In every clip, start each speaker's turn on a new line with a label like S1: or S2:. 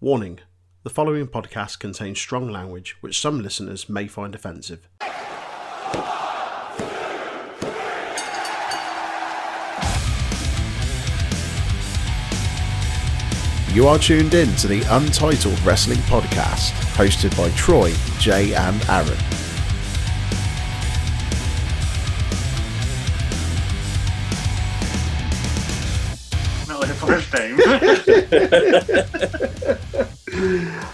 S1: Warning the following podcast contains strong language which some listeners may find offensive. You are tuned in to the Untitled Wrestling Podcast, hosted by Troy, Jay, and Aaron.
S2: not looking for his name.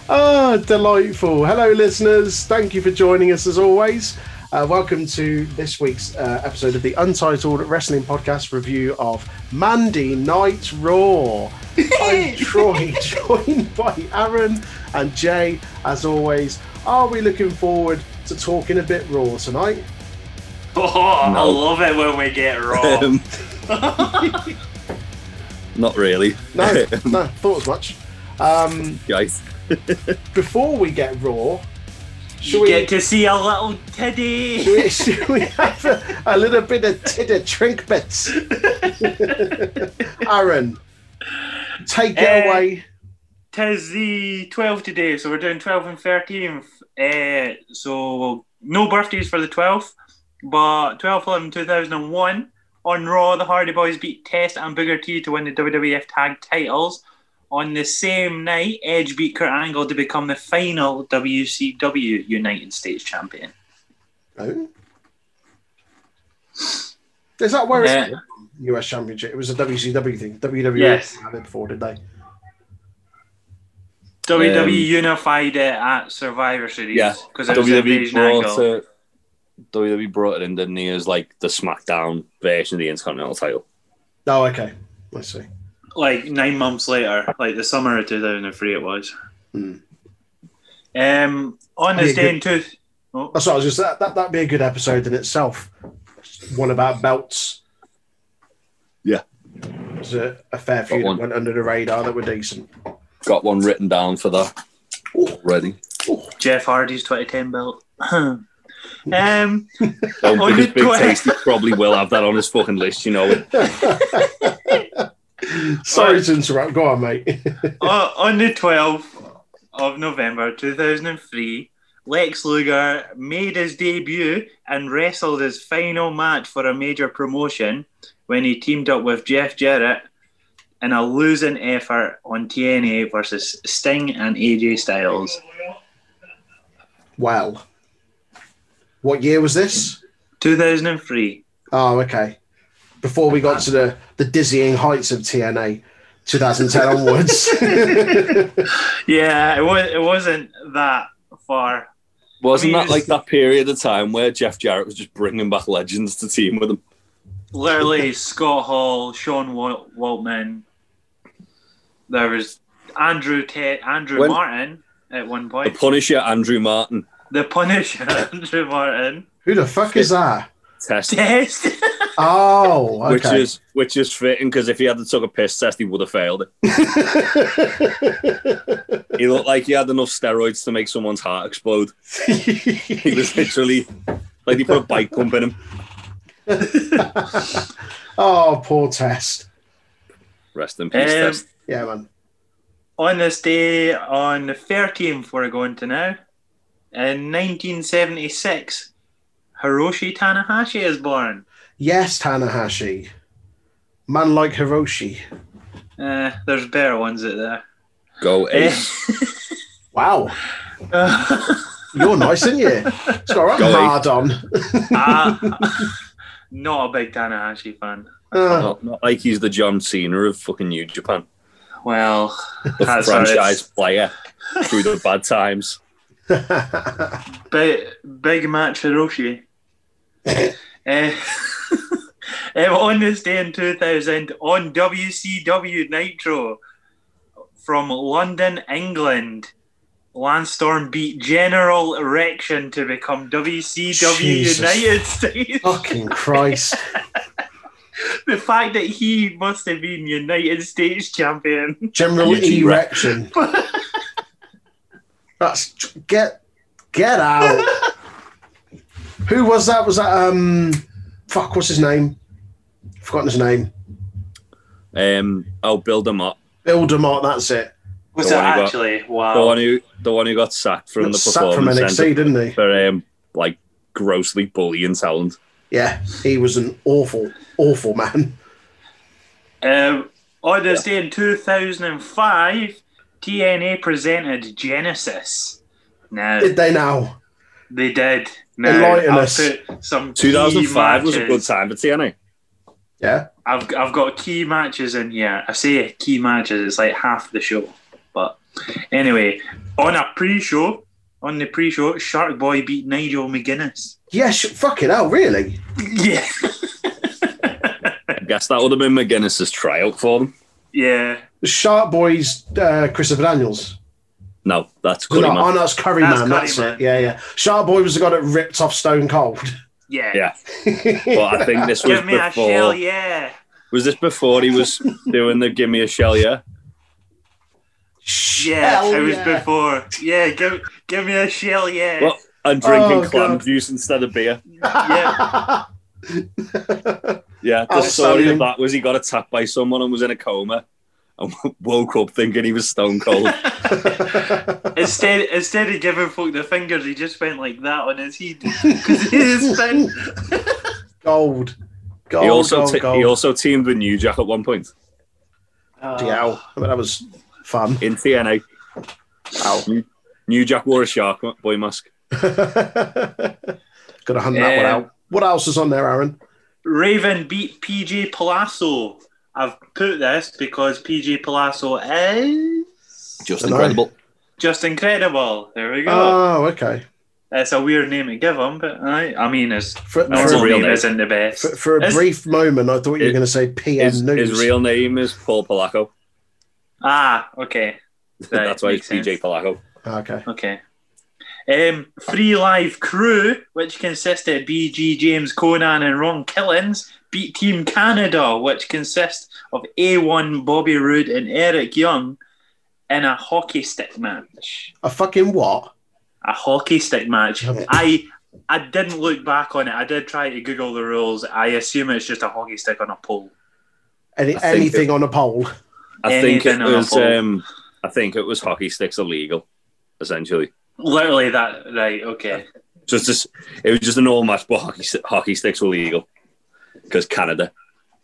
S1: Ah, delightful. Hello, listeners. Thank you for joining us as always. Uh, welcome to this week's uh, episode of the Untitled Wrestling Podcast review of Mandy Night Raw. I'm Troy, joined by Aaron and Jay. As always, are we looking forward to talking a bit Raw tonight?
S2: oh, I love it when we get raw.
S3: Um, not really.
S1: No, no, thought as much. Um,
S3: Guys,
S1: before we get Raw, should
S2: you
S1: we
S2: get to see a little teddy.
S1: we, should we have a, a little bit of titter drink bits? Aaron, take it
S2: Eh.
S1: away.
S2: Tis the 12th today, so we're doing 12th and 13th. Eh, so no birthdays for the 12th, but 12th 11 2001 on Raw, the Hardy Boys beat Test and Booker T to win the WWF Tag Titles. On the same night, Edge beat Kurt Angle to become the final WCW United States Champion.
S1: Oh. Is that where it's
S2: Yeah.
S1: US Championship? It was a WCW thing. WWE
S2: Yes.
S1: had it before, did they?
S2: WWE
S3: Um,
S2: E unified it at Survivor Series.
S3: yeah.
S2: because it was
S3: WWE
S2: Invasion
S3: E brought
S2: Angle.
S3: it. WWE brought it in, didn't he? As like the SmackDown version of the Intercontinental title.
S1: Oh, okay. I see.
S2: Like nine months later, like the summer of 2003, it was.
S1: Hmm.
S2: Um, on
S1: That'd
S2: this
S1: be a
S2: day in two, oh,
S1: That's what I was just that, that that'd be a good episode in itself. One about belts.
S3: Yeah.
S1: There's a, a fair few
S3: one.
S1: that went under the radar that were decent.
S3: Got one written down for that already.
S2: Jeff Hardy's 2010 belt. um, on
S3: Well,
S2: On
S3: Um, because
S2: the
S3: Big
S2: 12th.
S3: Tasty probably will have that on his fucking list, you know.
S1: Sorry
S2: Alright.
S1: to interrupt. Go on, mate.
S2: Uh, on the 12th of November 2003, Lex Luger made his debut and wrestled his final match for a major promotion when he teamed up with Jeff Jarrett in a losing effort on TNA versus Sting and AJ Styles.
S1: Well, what year was this?
S2: 2003.
S1: Oh, okay. Before we got to the, the dizzying heights of TNA, 2010 onwards.
S2: Yeah, it, was, it wasn't that far.
S3: Wasn't
S2: I mean,
S3: that like that period of time where Jeff Jarrett was just bringing back legends to team with him?
S2: Literally, Scott Hall, Sean Wal- Waltman. There was Andrew Tate, Andrew
S3: When-
S2: Martin at one
S3: The
S2: point.
S3: Punisher, Andrew Martin,
S2: The Punisher, Andrew Martin.
S1: Who the fuck is that?
S3: Test,
S2: Test.
S1: Oh, okay.
S3: which is which is fitting because if he had took a piss test, he would have failed it. He looked like he had enough steroids to make someone's heart explode. He was literally like he put a bike pump in him.
S1: oh, poor test.
S3: Rest in peace,
S2: Um,
S3: Test.
S1: Yeah, man.
S2: on this day, on the 13th, we're going to now, in 1976, Hiroshi Tanahashi is born.
S1: Yes, Tanahashi. Man like Hiroshi.
S2: Uh, there's better ones out there.
S3: Go Ace.
S1: Wow.
S2: Eh.
S1: You're nice, aren't you? It's got right
S3: Golly.
S1: hard on.
S2: Ah, not a big Tanahashi fan. eh.
S1: Uh,
S3: Not, not like he's the John Cena of fucking New Japan.
S2: Well,
S3: The
S2: that's
S3: franchise player through the bad times. Oh.
S2: Big, big match Hiroshi. Eh, um, on this day in 2000, on WCW Nitro from London, England, Lance Storm beat General Erection to become WCW
S1: Jesus.
S2: United States.
S1: fucking Christ.
S2: the fact that he must have been United States champion.
S1: General
S3: Eugene Ra-
S1: erection. That's get get out. Who was that? Was that um fuck what's his name? Forgotten his name.
S3: Um, I'll build him up.
S1: Bill DeMott, that's it.
S2: Was
S3: The
S2: it
S3: one he got-
S2: actually? Wow.
S3: The one who the one who got sacked from
S1: Got
S3: the
S1: sacked
S3: performance
S1: from NXT,
S3: centre
S1: didn't he?
S3: for um, like grossly bullying talent.
S1: Yeah, he was an awful, awful man.
S2: Um, on this day in 2005, TNA presented Genesis. Now,
S1: Did they now?
S2: they did. Now,
S1: Enlighten
S2: I've
S1: us.
S2: put some key
S3: 2005 was a
S2: matches.
S3: good time for TNA.
S1: Yeah.
S2: I've, I've got key matches in here. I say key matches, it's like half the show. But anyway, on a pre show, on the pre show, Shark Boy beat Nigel McGuinness.
S1: Yeah, sh- fucking hell, really?
S2: Yeah.
S3: I guess that would have been McGuinness's tryout for them.
S2: yeah.
S1: The Sharp Boys, uh, Christopher Daniels.
S3: No, that's
S1: No,
S3: Curry Man.
S1: oh, no, it's Curry
S2: That's
S1: Man.
S2: Curry
S1: that's
S2: Man.
S1: it. Yeah, yeah. Sharp Boy was the guy that ripped off Stone Cold.
S2: Yeah.
S3: Yeah. But I think this was
S2: Give me a
S3: before.
S2: shell, yeah.
S3: Was this before he was doing the "Give Me a Shell"? Yeah.
S2: Yeah,
S1: Hell
S2: it was
S1: yeah.
S2: before. Yeah, give give me a shell, yeah.
S3: Well, and drinking
S1: Oh,
S3: clam
S1: God.
S3: juice instead of beer.
S2: yeah.
S3: Yeah. The
S1: Outstanding.
S3: story of that was he got attacked by someone and was in a coma, and woke up thinking he was stone cold.
S2: Instead, instead of giving folk the fingers, he just went like that on his head because his fin-
S1: gold. Gold,
S3: he also
S1: gold,
S3: te-
S1: gold.
S3: he also teamed with New Jack at one point
S2: Uh,
S1: yeah, I mean, that was fun.
S3: in TNA.
S1: Ow.
S3: New Jack wore a shark boy mask.
S1: Gotta hand that one
S2: Yeah.
S1: out. What else is on there, Aaron?
S2: Raven beat PJ Palazzo. I've put this because PJ Palazzo is
S3: Just
S1: Dunno.
S3: incredible.
S2: just incredible. There we go.
S1: Oh, okay.
S2: It's a weird name to give him, but I, I mean, his
S1: For,
S3: No, it's
S1: for-
S3: a
S2: normal
S3: real
S2: name
S3: name.
S2: isn't the best.
S1: for- for a
S2: It's-
S1: brief moment, I thought you were
S3: It-
S1: going to say PM
S3: His,
S1: News.
S3: his real name is Paul Polacco.
S2: Ah, okay. Right,
S3: That's why it's
S2: makes
S3: PJ
S2: sense.
S3: Polacco.
S1: Ah, Okay.
S2: Okay. Um, Free Live Crew, which consisted of BG, James, Conan, and Ron Killins, beat Team Canada, which consists of A1, Bobby Roode, and Eric Young, in a hockey stick match.
S1: A fucking what?
S2: A hockey stick match.
S1: Okay.
S2: I I didn't look back on it. I did try to Google the rules. I assume it's just a hockey stick on a pole.
S1: Any,
S3: I think
S1: anything on a pole?
S3: I think it
S2: Anything on a
S3: was.
S2: pole.
S3: Um, I think it was hockey sticks illegal, essentially.
S2: Literally that. Right. Okay.
S3: Just this, it was just a normal match, but hockey, st- hockey sticks were legal because Canada.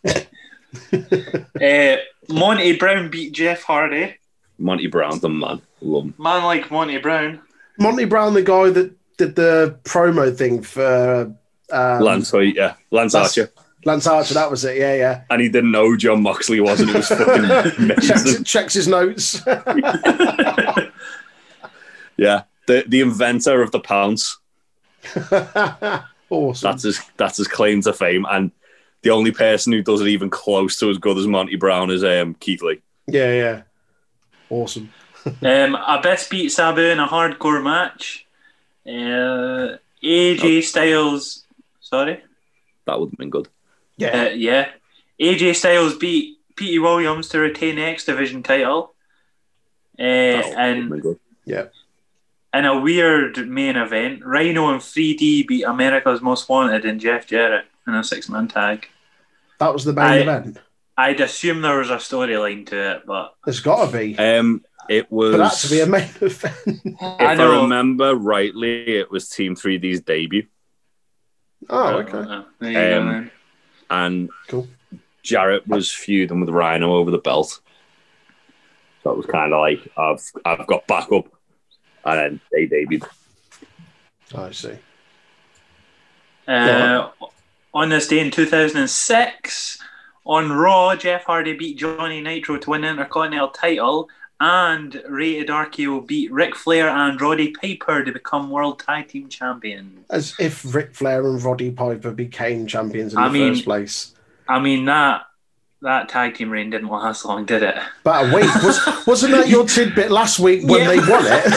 S2: Uh, Monty Brown beat Jeff Hardy.
S3: Monty Brown's the man. Love him.
S2: Man like Monty Brown.
S1: Monty Brown, the guy that did the promo thing for um,
S3: Lance, Hoy- yeah, Lance
S1: that's-
S3: Archer,
S1: Lance Archer, that was it. Yeah, yeah.
S3: and he didn't know who John Moxley was, and he was fucking
S1: checks,
S3: amazing.
S1: checks his notes.
S3: yeah. The the inventor of the pounce.
S1: awesome.
S3: That's his that's his claim to fame, and the only person who does it even close to as good as Monty Brown is um, Keith Lee.
S1: yeah, yeah. Awesome.
S2: Um, Abyss beat Sabu in a hardcore match. Uh, AJ Styles, sorry,
S3: That would have been good.
S1: Yeah.
S2: uh, yeah, AJ Styles beat Pete Williams to retain the X Division title. Uh,
S3: That would've
S2: and
S3: been good.
S2: in a weird main event, Rhino and 3D beat America's Most Wanted and Jeff Jarrett in a six-man tag.
S1: That was the main
S2: I-
S1: event.
S2: I'd assume there was a storyline to it, but
S1: There's got to be.
S3: Um, it was.
S1: For that to be a main event.
S3: If
S2: I
S3: I,
S2: know.
S3: remember rightly, it was Team 3D's debut,
S1: oh,
S2: Uh,
S1: okay.
S2: There you go,
S3: Um,
S2: then.
S3: and
S1: Cool.
S3: Jarrett was feuding with Rhino over the belt. So it was kind of like I've I've got backup, and then they debuted.
S1: I see.
S2: Uh, on this day in 2006, on Raw, Jeff Hardy beat Johnny Nitro to win the Intercontinental title, and Rated RKO beat Ric Flair and Roddy Piper to become World Tag Team Champion.
S1: As if Ric Flair and Roddy Piper became champions in
S2: I
S1: the
S2: mean-
S1: first place.
S2: I mean that that tag team reign didn't last long, did it?
S1: About a week. Was, wasn't that your tidbit last week when
S2: Yeah.
S1: they won it?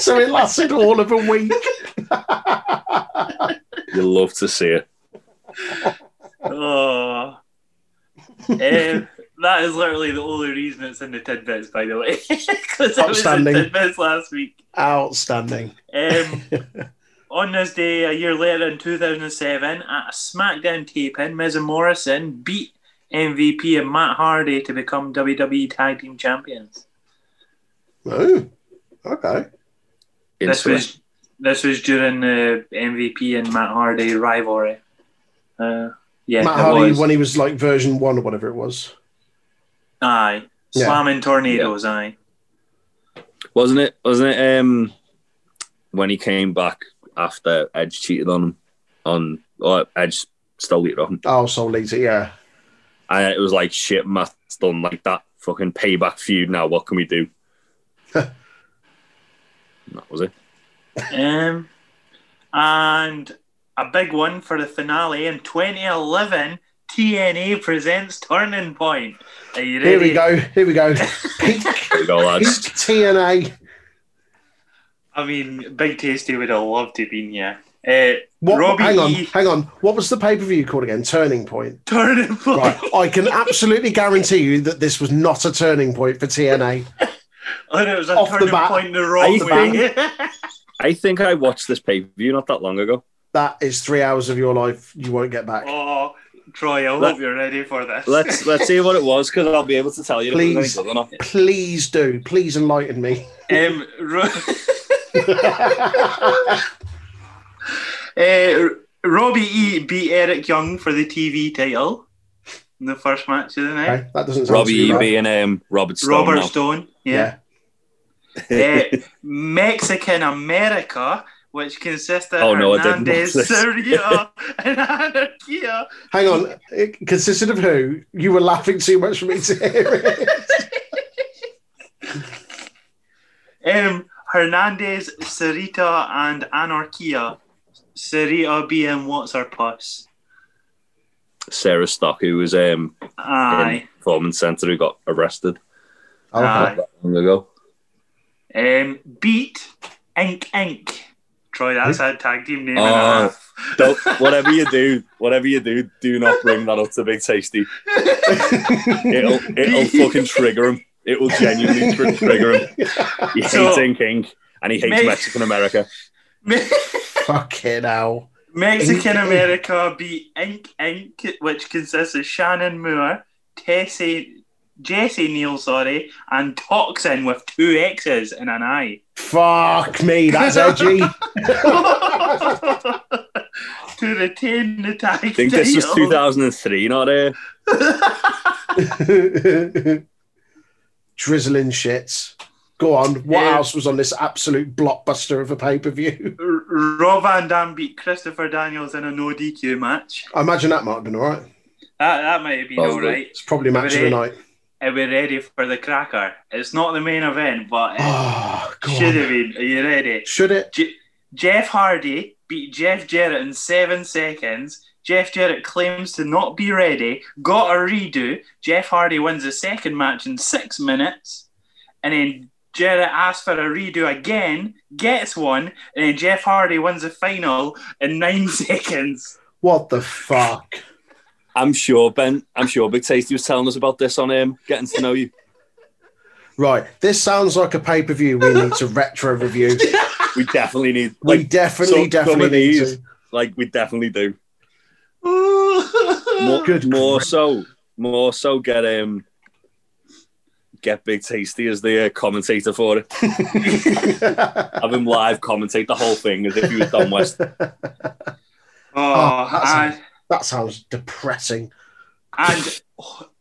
S1: so it lasted all of a week.
S3: You love to see it.
S2: Oh. Um, that is literally the only reason it's in the tidbits, by the way, because it was in
S1: Outstanding.
S2: tidbits last week.
S1: Outstanding.
S2: Um, on this day, a year later in 2007, at a SmackDown taping, Miz and Morrison beat MVP and Matt Hardy to become WWE Tag Team Champions.
S1: Oh, okay.
S2: This
S3: Instantly.
S2: was this was during the MVP and Matt Hardy rivalry. Uh, yeah,
S1: Matt
S2: it
S1: Hardy
S2: was.
S1: when he was like version one or whatever it was.
S2: Aye,
S1: Yeah.
S2: slamming tornadoes. Aye,
S3: Wasn't it? Wasn't it? Um, when he came back after Edge cheated on him, on or Edge stole it on him,
S1: Oh, Soul Eater, yeah.
S3: and it was like shit. Matt's done like that fucking payback feud. Now what can we do? And that was it.
S2: um, and a big one for the finale in 2011. TNA presents Turning Point. Are you ready?
S1: Here we go. Here we go. Peak,
S3: There you go,
S1: peak
S3: lads.
S1: TNA.
S2: I mean, Big Tasty would have loved to have been here. Uh,
S1: What,
S2: Robbie
S1: hang on,
S2: E.
S1: hang on. What was the pay per view called again? Turning Point.
S2: Turning Point.
S1: Right. I can absolutely guarantee you that this was not a turning point for TNA.
S2: And Oh, it was a
S1: Off the
S2: turning
S1: bat.
S2: point the
S3: Off
S2: wrong
S3: the
S2: way.
S3: I think I watched this pay per view not that long ago.
S1: That is three hours of your life you won't get back.
S2: oh, Troy, I hope
S3: Let-
S2: you're ready for this.
S3: Let's let's see what it was because I'll be able to tell you. if it was
S1: Please.
S3: any good or not.
S1: Please do. Please enlighten me.
S2: um, Ro-
S1: oh,
S2: uh, Robbie E beat Eric Young for the TV title in the first match of the night.
S1: okay, that doesn't sound
S3: Robbie
S1: too
S3: E
S1: bad.
S3: being um, Robert Stone.
S2: Robert
S3: now.
S2: Stone, yeah.
S1: Yeah.
S2: Uh, Mexican America, which consisted
S3: Oh,
S2: of
S3: no, I didn't
S2: Hernandez,
S3: watch this.
S2: Sergio, and Anarchia.
S1: Hang on. It consisted of who? You were laughing too much for me to hear it.
S2: Um, Hernandez, Sarita, and Anarchia. Sarita being what's her puss?
S3: Sarah Stock, who was um, in
S2: Aye.
S3: performance centre, who got arrested
S1: Okay.
S2: Aye.
S3: not that long ago.
S2: Um, beat Ink Ink. Troy, that's a tag team name and a
S3: Oh.
S2: half.
S3: Don't, whatever you do, whatever you do, do not bring that up to Big Tasty. It'll it'll fucking trigger him. It will genuinely tr- trigger him. He hates
S2: So-
S3: Ink Ink and he hates
S2: Mate.
S3: Mexican America.
S2: Me-
S1: Fucking hell.
S2: Mexican
S1: Ink Ink.
S2: America beat Ink Ink, which consists of Shannon Moore, Tessie, Jesse Neal, sorry, and Toxin with two X's and an I.
S1: Fuck me. That's edgy.
S2: to retain the tag
S3: I think this was 2003, not uh,
S1: Drizzling shits. Go on. What
S2: Yeah.
S1: else was on this absolute blockbuster of a pay per view?
S2: Rob Van Dam beat Christopher Daniels in a no DQ match.
S1: I imagine that might have been all right.
S2: That, that might have been all
S3: Probably.
S2: right.
S1: It's probably match of the
S2: Ready?
S1: night.
S2: Are we ready for the cracker? It's not the main event, but it
S1: Oh, go
S2: should
S1: on.
S2: have been. Are you ready?
S1: Should it?
S2: Je- Jeff Hardy beat Jeff Jarrett in seven seconds. Jeff Jarrett claims to not be ready, got a redo. Jeff Hardy wins the second match in six minutes. And then Jarrett asks for a redo again, gets one, and then Jeff Hardy wins the final in nine seconds.
S1: What the fuck?
S3: I'm sure Ben, I'm sure Big Tasty was telling us about this on um, getting to know you.
S1: Right. This sounds like a pay per view we need to retro review.
S3: We definitely need
S1: We
S3: like
S1: definitely,
S3: some- some
S1: definitely
S3: of
S1: need
S3: these.
S1: to.
S3: like we definitely do. more,
S2: More-
S1: Good
S3: more
S1: grief.
S3: so, more so get um get big tasty as the uh, commentator for it. Have him live commentate the whole thing as if he was Don West.
S2: oh,
S1: Oh, that's-
S2: and,
S1: that sounds depressing.
S2: and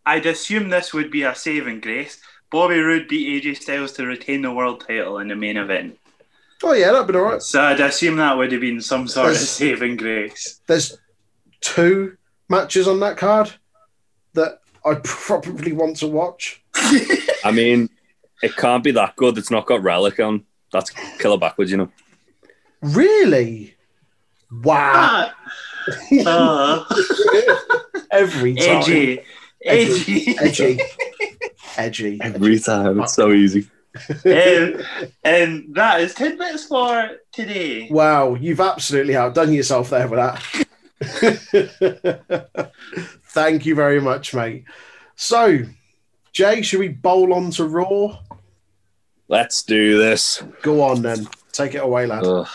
S2: I'd assume this would be a saving grace. Bobby Roode beat AJ Styles to retain the world title in the main event.
S1: Oh, yeah, that'd been all right.
S2: So I'd assume that would have been some sort of
S1: There's-
S2: saving grace.
S1: there's two matches on that card that I probably want to watch.
S3: I mean, it can't be that good. It's not got relic on. That's killer backwards, you know.
S1: Really? Wow.
S2: Ah, uh,
S1: Every time.
S2: edgy. Edgy.
S1: Edgy. Edgy. Edgy.
S3: Every time, it's so easy.
S2: um, and that is tidbits for today.
S1: Wow, you've absolutely outdone yourself there with that. Thank you very much, mate. So, Jay, should we bowl on to Raw?
S3: Let's do this.
S1: Go on then. Take it away, lad.
S3: Ugh.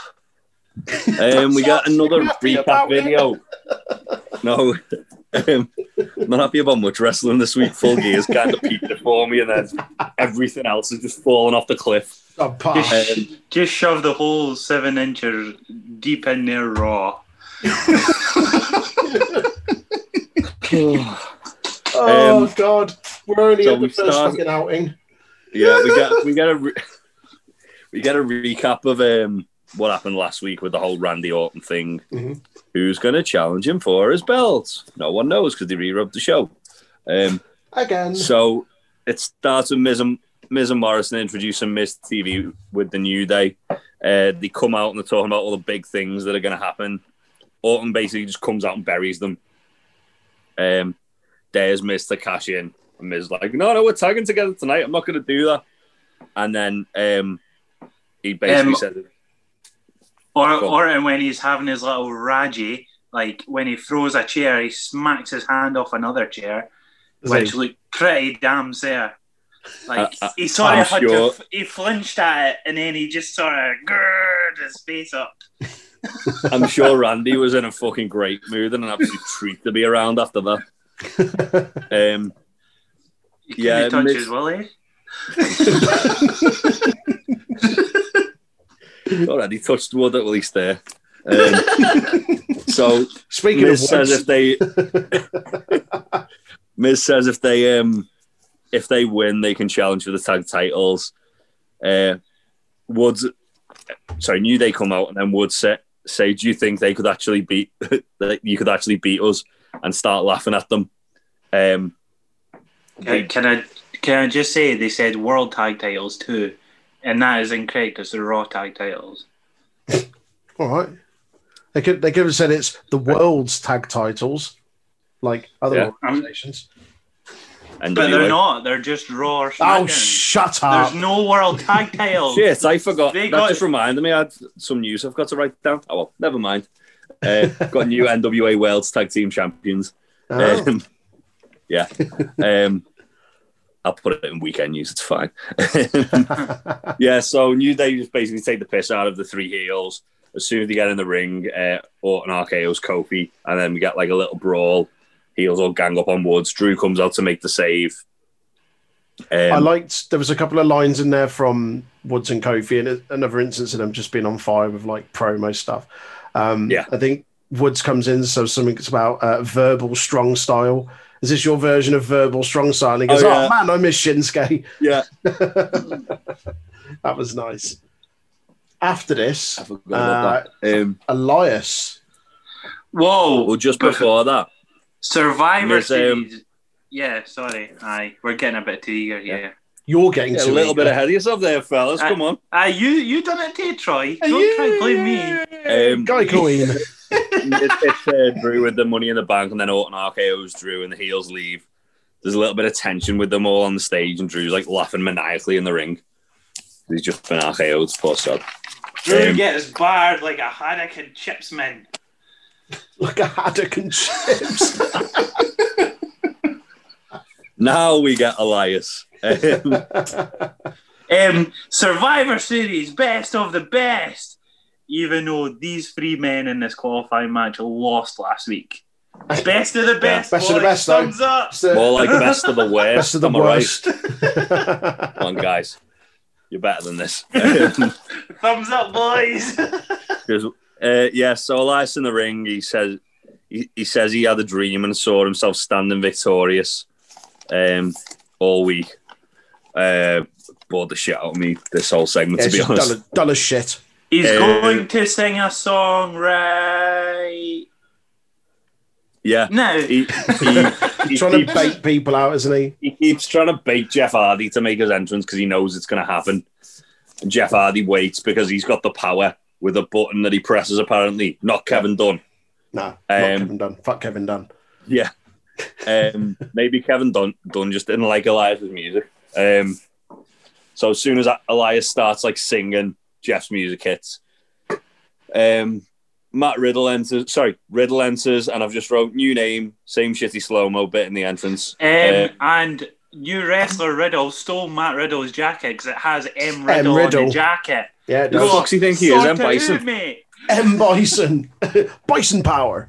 S3: Um, we got another
S1: Happy
S3: recap
S1: about it.
S3: video. No, Um, not happy about much wrestling this week. Full gear's kind of peaked it for me, and then everything else is just falling off the cliff.
S1: Oh, pal.
S2: Just, just shove the whole seven inches deep in there raw.
S3: yeah,
S1: Oh,
S3: Um,
S1: God. We're only
S3: so
S1: at the
S3: we
S1: first
S3: start-
S1: fucking outing.
S3: we get we get a re- we get a recap of um what happened last week with the whole Randy Orton thing.
S1: Mhm.
S3: Who's going to challenge him for his belt? No one knows because they rerubbed the show. Um,
S1: Again.
S3: So it starts with Miz and, Miz and Morrison introducing Miz TV with the New Day. Uh, they come out and they're talking about all the big things that are going to happen. Orton basically just comes out and buries them. Um, there's Miz to cash in. And Miz like, no, no, we're tagging together tonight. I'm not going to do that. And then um, he basically
S2: Um,
S3: said,
S2: Or,
S3: Cool.
S2: or and when he's having his little raggy, like when he throws a chair, he smacks his hand off another chair, which
S1: See.
S2: looked pretty damn fair. Like
S3: I- I-
S2: he sort
S3: Uh, I'm
S2: of had
S3: sure-
S2: to, he flinched at it, and then he just sort of grrred his face up.
S3: I'm sure Randy was in a fucking great mood and an absolute treat to be around after that. Um,
S2: He
S3: Yeah,
S2: yeah,
S3: it
S2: touch
S3: makes-
S2: his willy.
S3: already touched wood at least there. Um, so
S1: Speaking
S3: Miz
S1: of
S3: says
S1: which,
S3: if they Miz says if they um if they win they can challenge for the tag titles. Uh, Woods, sorry, New Day come out and then Woods say, say, "Do you think they could actually beat that you could actually beat us?" And start laughing at them. Um,
S2: Can, can I can I just say they said world tag titles too, and that is incorrect because they're raw tag titles.
S1: all right. They could, they could have said it's the world's tag titles, like other
S3: Yeah. Um,
S1: organizations.
S3: and
S2: But
S3: anyway-
S2: they're not. They're just raw. Or
S1: Oh,
S2: SmackDown.
S1: shut up.
S2: There's no world tag titles.
S3: Shit, I forgot.
S2: They
S3: that
S2: got-
S3: just reminded me. I had some news I've got to write down. Oh well, never mind. Uh, got new NWA World's Tag Team Champions.
S1: Oh.
S3: Um, yeah. Um, I'll put it in weekend news. It's fine. yeah. So New Day just basically take the piss out of the three heels as soon as they get in the ring. Uh, Orton RKO's Kofi, and then we get like a little brawl. Heels all gang up on Woods. Drew comes out to make the save. Um,
S1: I liked there was a couple of lines in there from Woods and Kofi, and a- another instance of them just being on fire with like promo stuff. Um,
S3: Yeah.
S1: I think Woods comes in, so something that's about uh, verbal strong style. Is this your version of verbal strong style? And he goes,
S3: Oh,
S1: "Oh,
S3: yeah.
S1: man, I miss Shinsuke."
S3: yeah.
S1: That was nice. After this,
S3: I forgot about that. Um,
S1: Elias.
S2: Whoa.
S3: well, Oh, just before that.
S2: Survivor
S3: Miz, um,
S2: Series. Yeah, sorry. Aye, we're getting a bit too eager here.
S1: You're getting
S3: Yeah, a
S1: too
S3: little
S1: eager.
S3: bit ahead of yourself there, fellas.
S2: Uh,
S3: Come on.
S2: Aye, you you done it too, Troy. Don't try and blame me.
S3: Um,
S1: Guy Coin.
S3: it's, it's, uh, Drew with the money in the bank, and then Orton RKO's Drew, and the heels leave. There's a little bit of tension with them all on the stage, and Drew's like laughing maniacally in the ring. He's just been RKO'd, poor sod.
S2: Drew
S3: Um,
S2: gets barred like a haddock and chipsman.
S1: like a haddock and chips. uh,
S3: Now we get Elias. Um,
S2: Um, Survivor Series, best of the best. Even though these three men in this qualifying match lost last week. Best of the best.
S1: Best of the best,
S2: boys.
S1: though.
S2: Thumbs up.
S1: So-
S3: more like best of the worst.
S1: best of the
S3: am I right?
S1: worst.
S3: Come on, guys. You're better than this.
S2: Thumbs up, boys.
S3: There's- Uh, yeah, so Elias in the ring, he says he, he says he had a dream and saw himself standing victorious um, all week. Uh, bored the shit out of me this whole segment,
S1: Yeah,
S3: to be
S1: she's
S3: honest.
S1: dull, dull as shit.
S2: He's
S1: Um,
S3: Uh,
S2: going to sing a song right
S3: Yeah,
S2: now.
S3: he, he, he,
S1: Trying to
S3: keeps,
S1: bait people out, isn't he?
S3: he keeps trying to bait Jeff Hardy to make his entrance because he knows it's going to happen. And Jeff Hardy waits because he's got the power with a button that he presses, apparently. Not Kevin Dunn.
S1: No, not
S3: Um,
S1: Kevin Dunn. Fuck Kevin Dunn.
S3: Yeah. Um, maybe Kevin Dunn, Dunn just didn't like Elias's music. Um, so as soon as Elias starts like singing, Jeff's music hits. Um, Matt Riddle enters. Sorry, Riddle enters, and I've just wrote new name, same shitty slow mo bit in the entrance.
S2: Um,
S3: Uh,
S2: and new wrestler Riddle stole Matt Riddle's jacket because it has M Riddle, on
S1: Riddle.
S2: the jacket.
S1: Yeah, it
S3: Who the
S1: does.
S3: fuck's he think he is?
S2: Sort
S3: M
S2: it out,
S3: Bison.
S2: mate.
S1: M Bison. Bison power.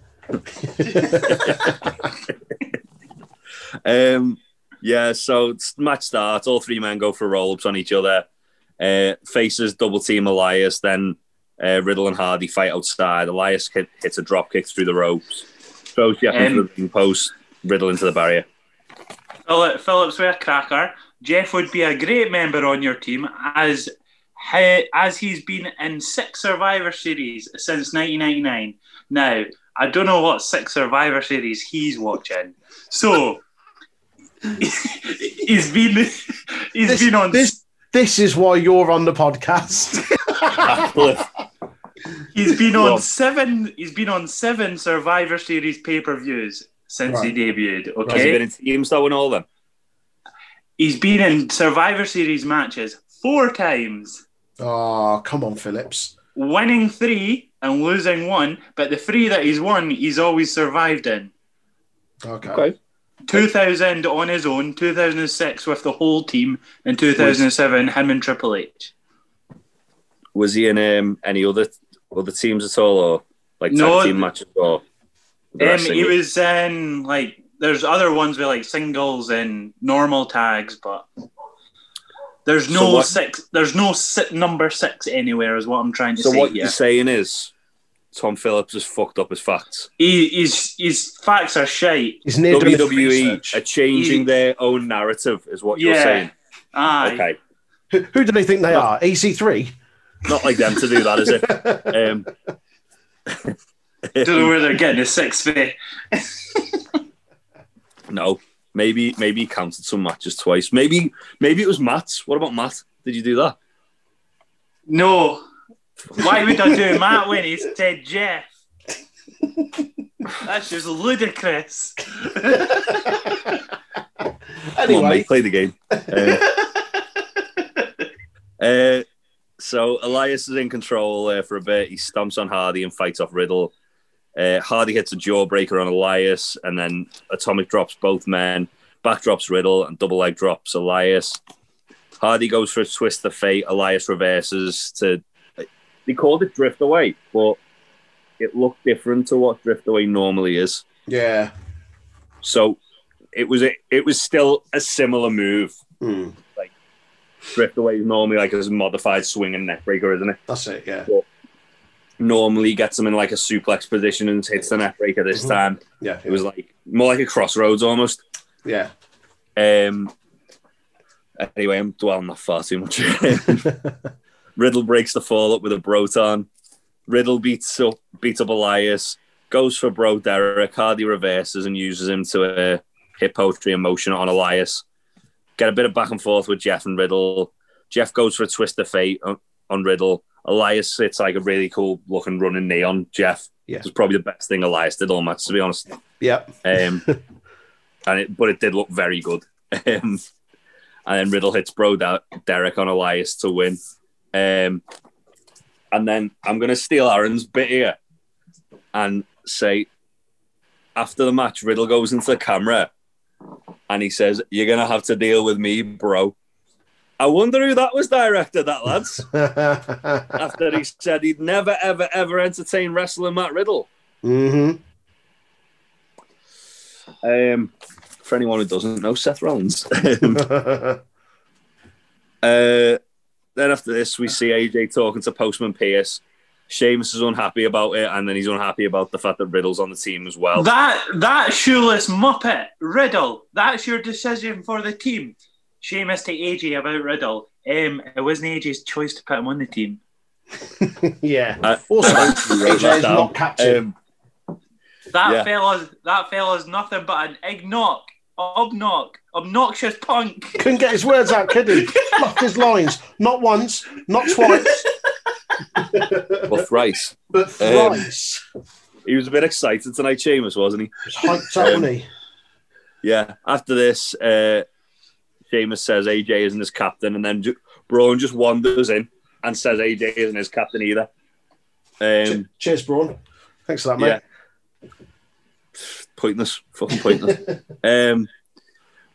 S3: Um, yeah, so it's match starts. All three men go for roll ups on each other. Uh, faces double team Elias. Then uh, Riddle and Hardy fight outside. Elias hit, hits a drop kick through the ropes. Throws Jeff into
S2: Um,
S3: the ring post. Riddle into the barrier.
S2: Philip, Phillips were a cracker. Jeff would be a great member on your team as he, as he's been in six Survivor Series since 1999. Now, I don't know what six Survivor Series he's watching. So, he's been he's
S1: This-
S2: been on
S1: this this is why you're on the podcast.
S2: he's been
S3: Well-
S2: on seven he's been on seven Survivor Series pay per views since
S1: Right.
S2: he debuted. Okay,
S3: Has he been in teams though and all them?
S2: he's been in Survivor Series matches four times.
S1: oh, come on, Phillips.
S2: winning three and losing one, but the three that he's won, he's always survived in.
S1: Okay.
S2: 2000 on his own, 2006 with the whole team, and 2007 him and Triple H.
S3: Was he in um, any other other teams at all or like tag
S2: No.
S3: team matches or? the
S2: Um,
S3: rest of
S2: he
S3: it?
S2: was in like there's other ones with like singles and normal tags, but there's
S3: So
S2: no
S3: what-
S2: six. There's no si- number six anywhere, is what I'm trying to
S3: so
S2: say.
S3: what
S2: here.
S3: you're saying is Tom Phillips has fucked up his facts.
S2: He, he's his facts are shite.
S1: He's near doing the research.
S3: WWE E are changing
S2: He-
S3: their own narrative, is what you're
S2: Yeah.
S3: saying.
S2: Aye.
S3: Okay,
S1: Who, who do they think they are? E EC3?
S3: not like them to do that, is it? Um,
S2: Don't know where they're getting the six fee.
S3: no, maybe maybe he counted some matches twice. Maybe maybe it was Matt's. What about Matt? Did you do that?
S2: No. Why would I do Matt when he's Ted Jeff? That's just ludicrous.
S3: Come on,
S1: anyway,
S3: mate, play the game. Uh, uh, so Elias is in control uh, for a bit. He stomps on Hardy and fights off Riddle. Uh, Hardy hits a jawbreaker on Elias, and then Atomic drops both men. Back drops Riddle and double leg drops Elias. Hardy goes for a twist of fate. Elias reverses to. They called it drift away, but it looked different to what drift away normally is.
S1: yeah.
S3: So it was it, it was still a similar move,
S1: Hmm,
S3: drift away is normally like a modified swing and neck breaker, isn't it?
S1: that's it, yeah.
S3: Normally gets them in like a suplex position and hits the neck breaker this
S1: Mhm.
S3: time.
S1: Yeah,
S3: It was like more like a crossroads almost.
S1: yeah.
S3: Um anyway, I'm dwelling that far too much. Riddle breaks the fall up with a Broton. Riddle beats up beats up Elias, goes for Bro Derek, Hardy reverses and uses him to uh, hit poetry and motion on Elias. Get a bit of back and forth with Jeff and Riddle. Jeff goes for a twist of fate on, on Riddle. Elias hits like a really cool looking running knee on Jeff.
S1: Yeah.
S3: It was probably the best thing Elias did all match, to be honest.
S1: Yep.
S3: Um, and it, but it did look very good. Um, and then Riddle hits Bro Da- Derek on Elias to win. Um, and then I'm going to steal Aaron's bit here and say after the match, Riddle goes into the camera and he says, You're going to have to deal with me, bro. I wonder who that was directed at, lads. after he said he'd never, ever, ever entertain wrestler Matt Riddle.
S1: hmm
S3: Um, for anyone who doesn't know, Seth Rollins. Um, uh, then after this, we see AJ talking to Postman Pierce. Sheamus is unhappy about it, and then he's unhappy about the fact that Riddle's on the team as well.
S2: That that shoeless muppet Riddle. That's your decision for the team. Seamus to AJ about Riddle. Um, it wasn't AJ's choice to put him on the team.
S1: yeah.
S3: Uh,
S1: Also,
S3: You wrote
S1: AJ
S3: that
S1: is
S3: down.
S1: not captain.
S3: Um,
S2: That
S3: Yeah.
S2: fella's that fella's nothing but an ignock, obnock, obnoxious punk.
S1: Couldn't get his words out, could he? Fluffed his lines. Not once, not twice,
S3: well, thrice.
S1: but
S3: Um,
S1: thrice.
S3: He was a bit excited tonight, Sheamus, wasn't he?
S1: He's hyped up,
S3: um,
S1: wasn't he?
S3: Yeah. After this, uh, Sheamus says AJ isn't his captain, and then ju- Braun just wanders in and says AJ isn't his captain either.
S1: Che-
S3: Um,
S1: Cheers, Braun. Thanks for that, mate.
S3: yeah. Pointless. Fucking pointless. um,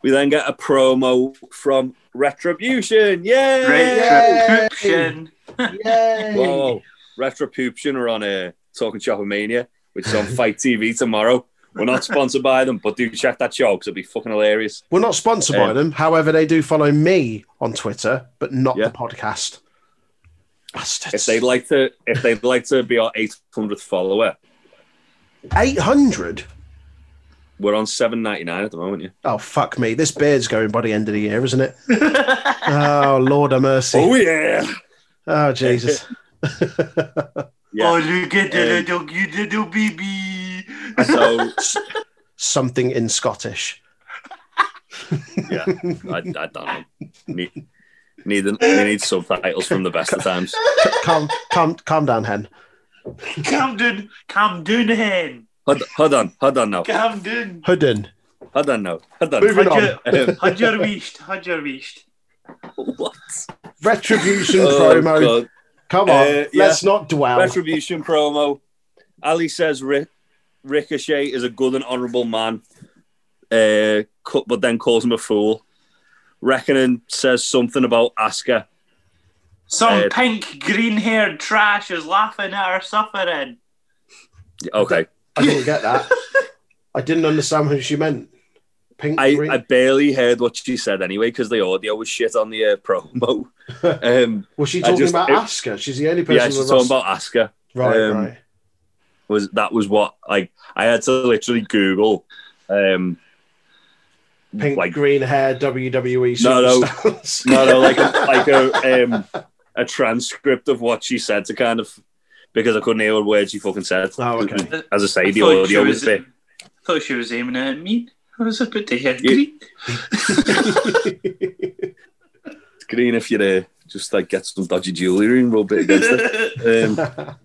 S3: we then get a promo from Retribution. Yay!
S1: Yay!
S2: Right, corruption.
S1: Yay!
S3: Whoa. Retribution are on a uh, Talking Shop Mania. which is on Fight TV tomorrow. We're not sponsored by them, but do check that show because it'll be fucking hilarious.
S1: We're not sponsored by
S3: Um,
S1: them. However, they do follow me on Twitter, but not
S3: Yeah.
S1: the podcast. Bastards.
S3: If they'd like to, if they'd like to be our 800th follower,
S1: 800?
S3: we're on 799 at the moment. Yeah.
S1: Oh, fuck me. This beard's going by the end of the year, isn't it? oh, Lord of mercy. Oh,
S3: yeah.
S1: Jesus.
S3: Yeah.
S2: Oh, look at the
S3: Um,
S2: little cute little baby.
S3: So
S1: Something in Scottish.
S3: yeah, I, I don't know. Need, need we need subtitles from the best of times.
S1: Calm, calm, calm down, Hen.
S2: Camden, Camden hen.
S3: Hold, hold on, hold on now,
S2: Camden.
S1: Hoodin.
S3: hold on now, hold on.
S1: Moving
S2: Had
S1: on.
S2: your,
S3: Um,
S2: had your wished, had your wished.
S3: what?
S1: Retribution
S3: Oh,
S1: promo.
S3: God.
S1: Come on.
S3: Uh, yeah.
S1: Let's not dwell.
S3: Retribution promo. Ali says Ri- Ricochet is a good and honourable man, uh, cu- but then calls him a fool. Reckoning says something about Asuka.
S2: Some
S3: Uh,
S2: pink, green haired trash is laughing at our suffering.
S3: Okay,
S1: I didn't get that. I didn't understand who she meant. Pink.
S3: I,
S1: green-
S3: I barely heard what she said anyway because the audio was shit on the uh, promo. um,
S1: was she
S3: I
S1: talking
S3: just-
S1: about
S3: it-
S1: Asuka? She's the only person.
S3: yeah, she's
S1: with Ros-
S3: talking about Asuka.
S1: right,
S3: um,
S1: right.
S3: Was that was what like I had to literally Google. Um,
S1: Pink,
S3: like
S1: green hair, WWE
S3: No, no.
S1: superstars.
S3: No, no, like a, like a um, a transcript of what she said to kind of because I couldn't hear what words she fucking said.
S1: Oh, okay.
S3: As I say,
S2: I
S3: the
S2: thought she
S3: audio was
S2: was-
S3: there.
S2: thought she was aiming at me. I was a bit hair
S3: You-
S2: green.
S3: It's green if you're there. Just like get some dodgy jewelry and rub it against it. Um,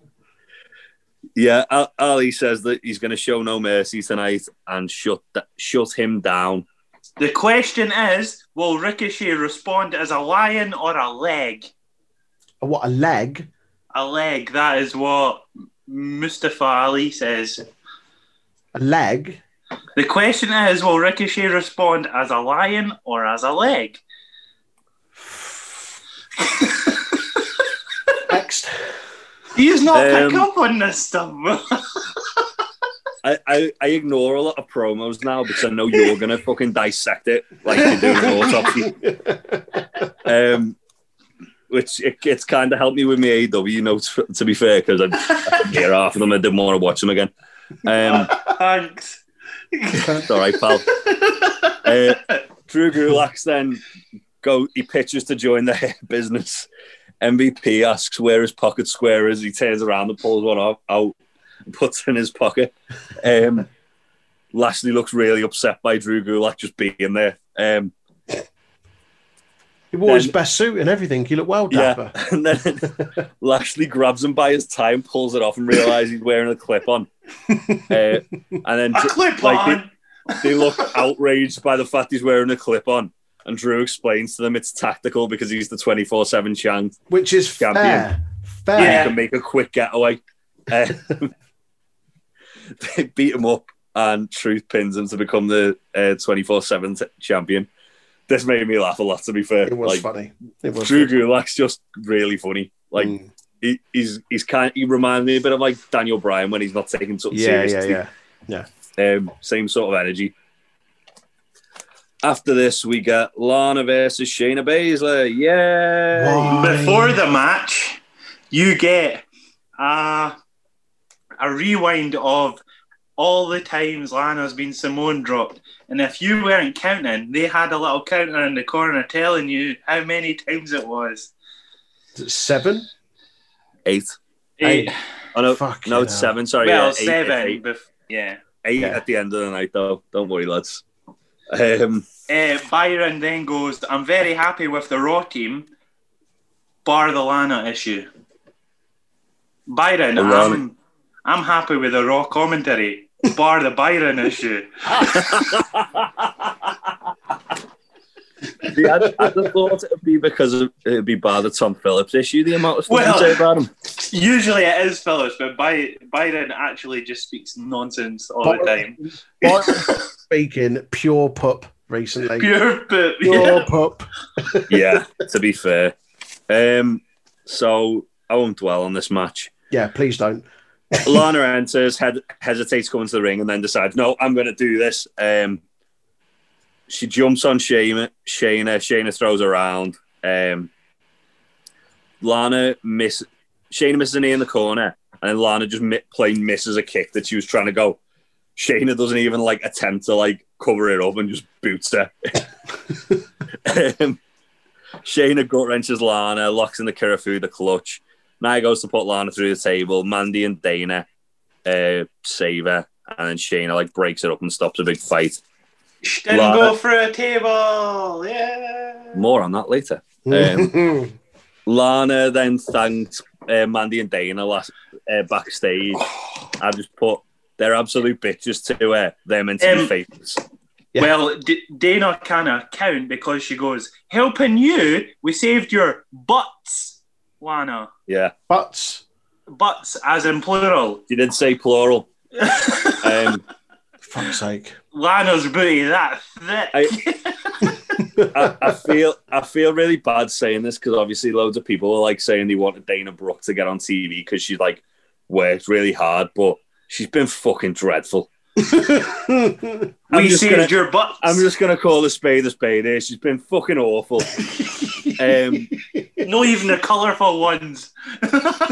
S3: yeah, Al- Ali says that he's going to show no mercy tonight and shut th- shut him down.
S2: the question is will Ricochet respond as a lion or a leg?
S1: what a leg!
S2: A leg, that is what Mustafa Ali says.
S1: A leg.
S2: The question is will Ricochet respond as a lion or as a leg?
S1: Next.
S2: He's not pick
S3: Um,
S2: up on this stuff.
S3: I, I, I ignore a lot of promos now because I know you're going to fucking dissect it like you do an autopsy. Um, which it, it's kind of helped me with my AW notes, f- to be fair, because I can hear half of them. I didn't want to watch them again. Um,
S2: Thanks.
S3: it's all right, pal. Uh, Drew Gulak then go. He pitches to join the hair business. MVP asks where his pocket square is. He turns around and pulls one out, out and puts it in his pocket. Um, Lashley looks really upset by Drew Gulak just being there. Um,
S1: He wore his
S3: Then-
S1: best suit and everything. He looked well
S3: yeah,
S1: dapper.
S3: and then Lashley grabs him by his tie and pulls it off and realizes he's wearing a clip on. Uh, and then
S2: a clip
S3: like
S2: on.
S3: it- they look outraged by the fact he's wearing a clip on. And Drew explains to them it's tactical because he's the 24 7 champ.
S1: Which is
S3: Champion.
S1: fair. Fair.
S3: He
S2: Yeah.
S3: can make a quick getaway. Uh, they beat him up, and Truth pins him to become the uh, 24 7 champion. This made me laugh a lot, to be fair.
S1: It was
S3: like,
S1: funny. It was
S3: Drew
S1: good.
S3: Gulak's just really funny. Like,
S1: Mm.
S3: he, he's he's kind he reminds me a bit of like Daniel Bryan when he's not taking something
S1: yeah,
S3: seriously.
S1: yeah, yeah.
S3: Um, same sort of energy. After this, we get Lana versus Shayna Baszler. Yeah.
S1: Why?
S2: Before the match, you get uh, a rewind of all the times Lana's been Simone dropped. And if you weren't counting, they had a little counter in the corner telling you how many times it was.
S1: Is it Seven.
S3: Eight.
S2: Eight.
S3: Oh, no,
S1: Fuck
S3: no, it's seven. Sorry.
S2: well,
S3: oh, yeah, eight,
S2: seven.
S3: Eight,
S2: bef- yeah.
S3: eight
S1: Yeah.
S3: at the end of the night, though. Don't worry, lads. Um,
S2: Uh, Byron then goes, I'm very happy with the Raw team, bar the Lana issue. Byron,
S3: Ironic.
S2: I'm, I'm happy with the Raw commentary, bar the Byron issue.
S3: see, I, I just thought it would be because of, it would be by the Tom Phillips issue, the amount of stuff
S2: Well-
S3: you say about him.
S2: Usually it is Phillips, but By- Byron actually just speaks nonsense all the time.
S1: Byron speaking pure pup recently. Pure,
S2: Pure but yeah.
S1: pup.
S3: yeah, to be fair. Um, so I won't dwell on this match.
S1: Yeah, please don't.
S3: Lana enters, hed- hesitates to go into the ring, and then decides, no, I'm going to do this. Um, she jumps on Shayna. Shayna, Shayna throws around. Um, Lana miss. Shayna misses an knee in the corner, and then Lana just mi- plain misses a kick that she was trying to go. Shayna doesn't even like attempt to like cover it up and just boots her. um, Shayna gut wrenches Lana, locks in the Kirifu, the clutch. Nia goes to put Lana through the table. Mandy and Dana uh, save her, and then Shayna like breaks it up and stops a big fight.
S2: She didn't
S3: Lana-
S2: go through a table. Yeah.
S3: More on that later. Um, Lana then thanked uh, Mandy and Dana last uh, backstage. I just put they're absolute bitches to uh, them and to
S2: Um,
S3: be favorites.
S1: Yeah.
S2: Well, D- Dana can account because she goes, "Helping you, we saved your butts, Lana.
S3: Yeah,
S1: But
S2: Butts as in plural.
S3: you did say plural. Um,
S1: for fuck's sake,
S2: Lana's booty that thick.
S3: I, I feel I feel really bad saying this because obviously loads of people are like saying they wanted Dana Brooke to get on TV because she's like worked really hard, but she's been fucking dreadful. I'm
S2: we
S3: just
S2: saved
S3: gonna-
S2: your butts.
S3: I'm just gonna call a spade a spade. Here, she's been fucking awful. um,
S2: Not even the colourful ones.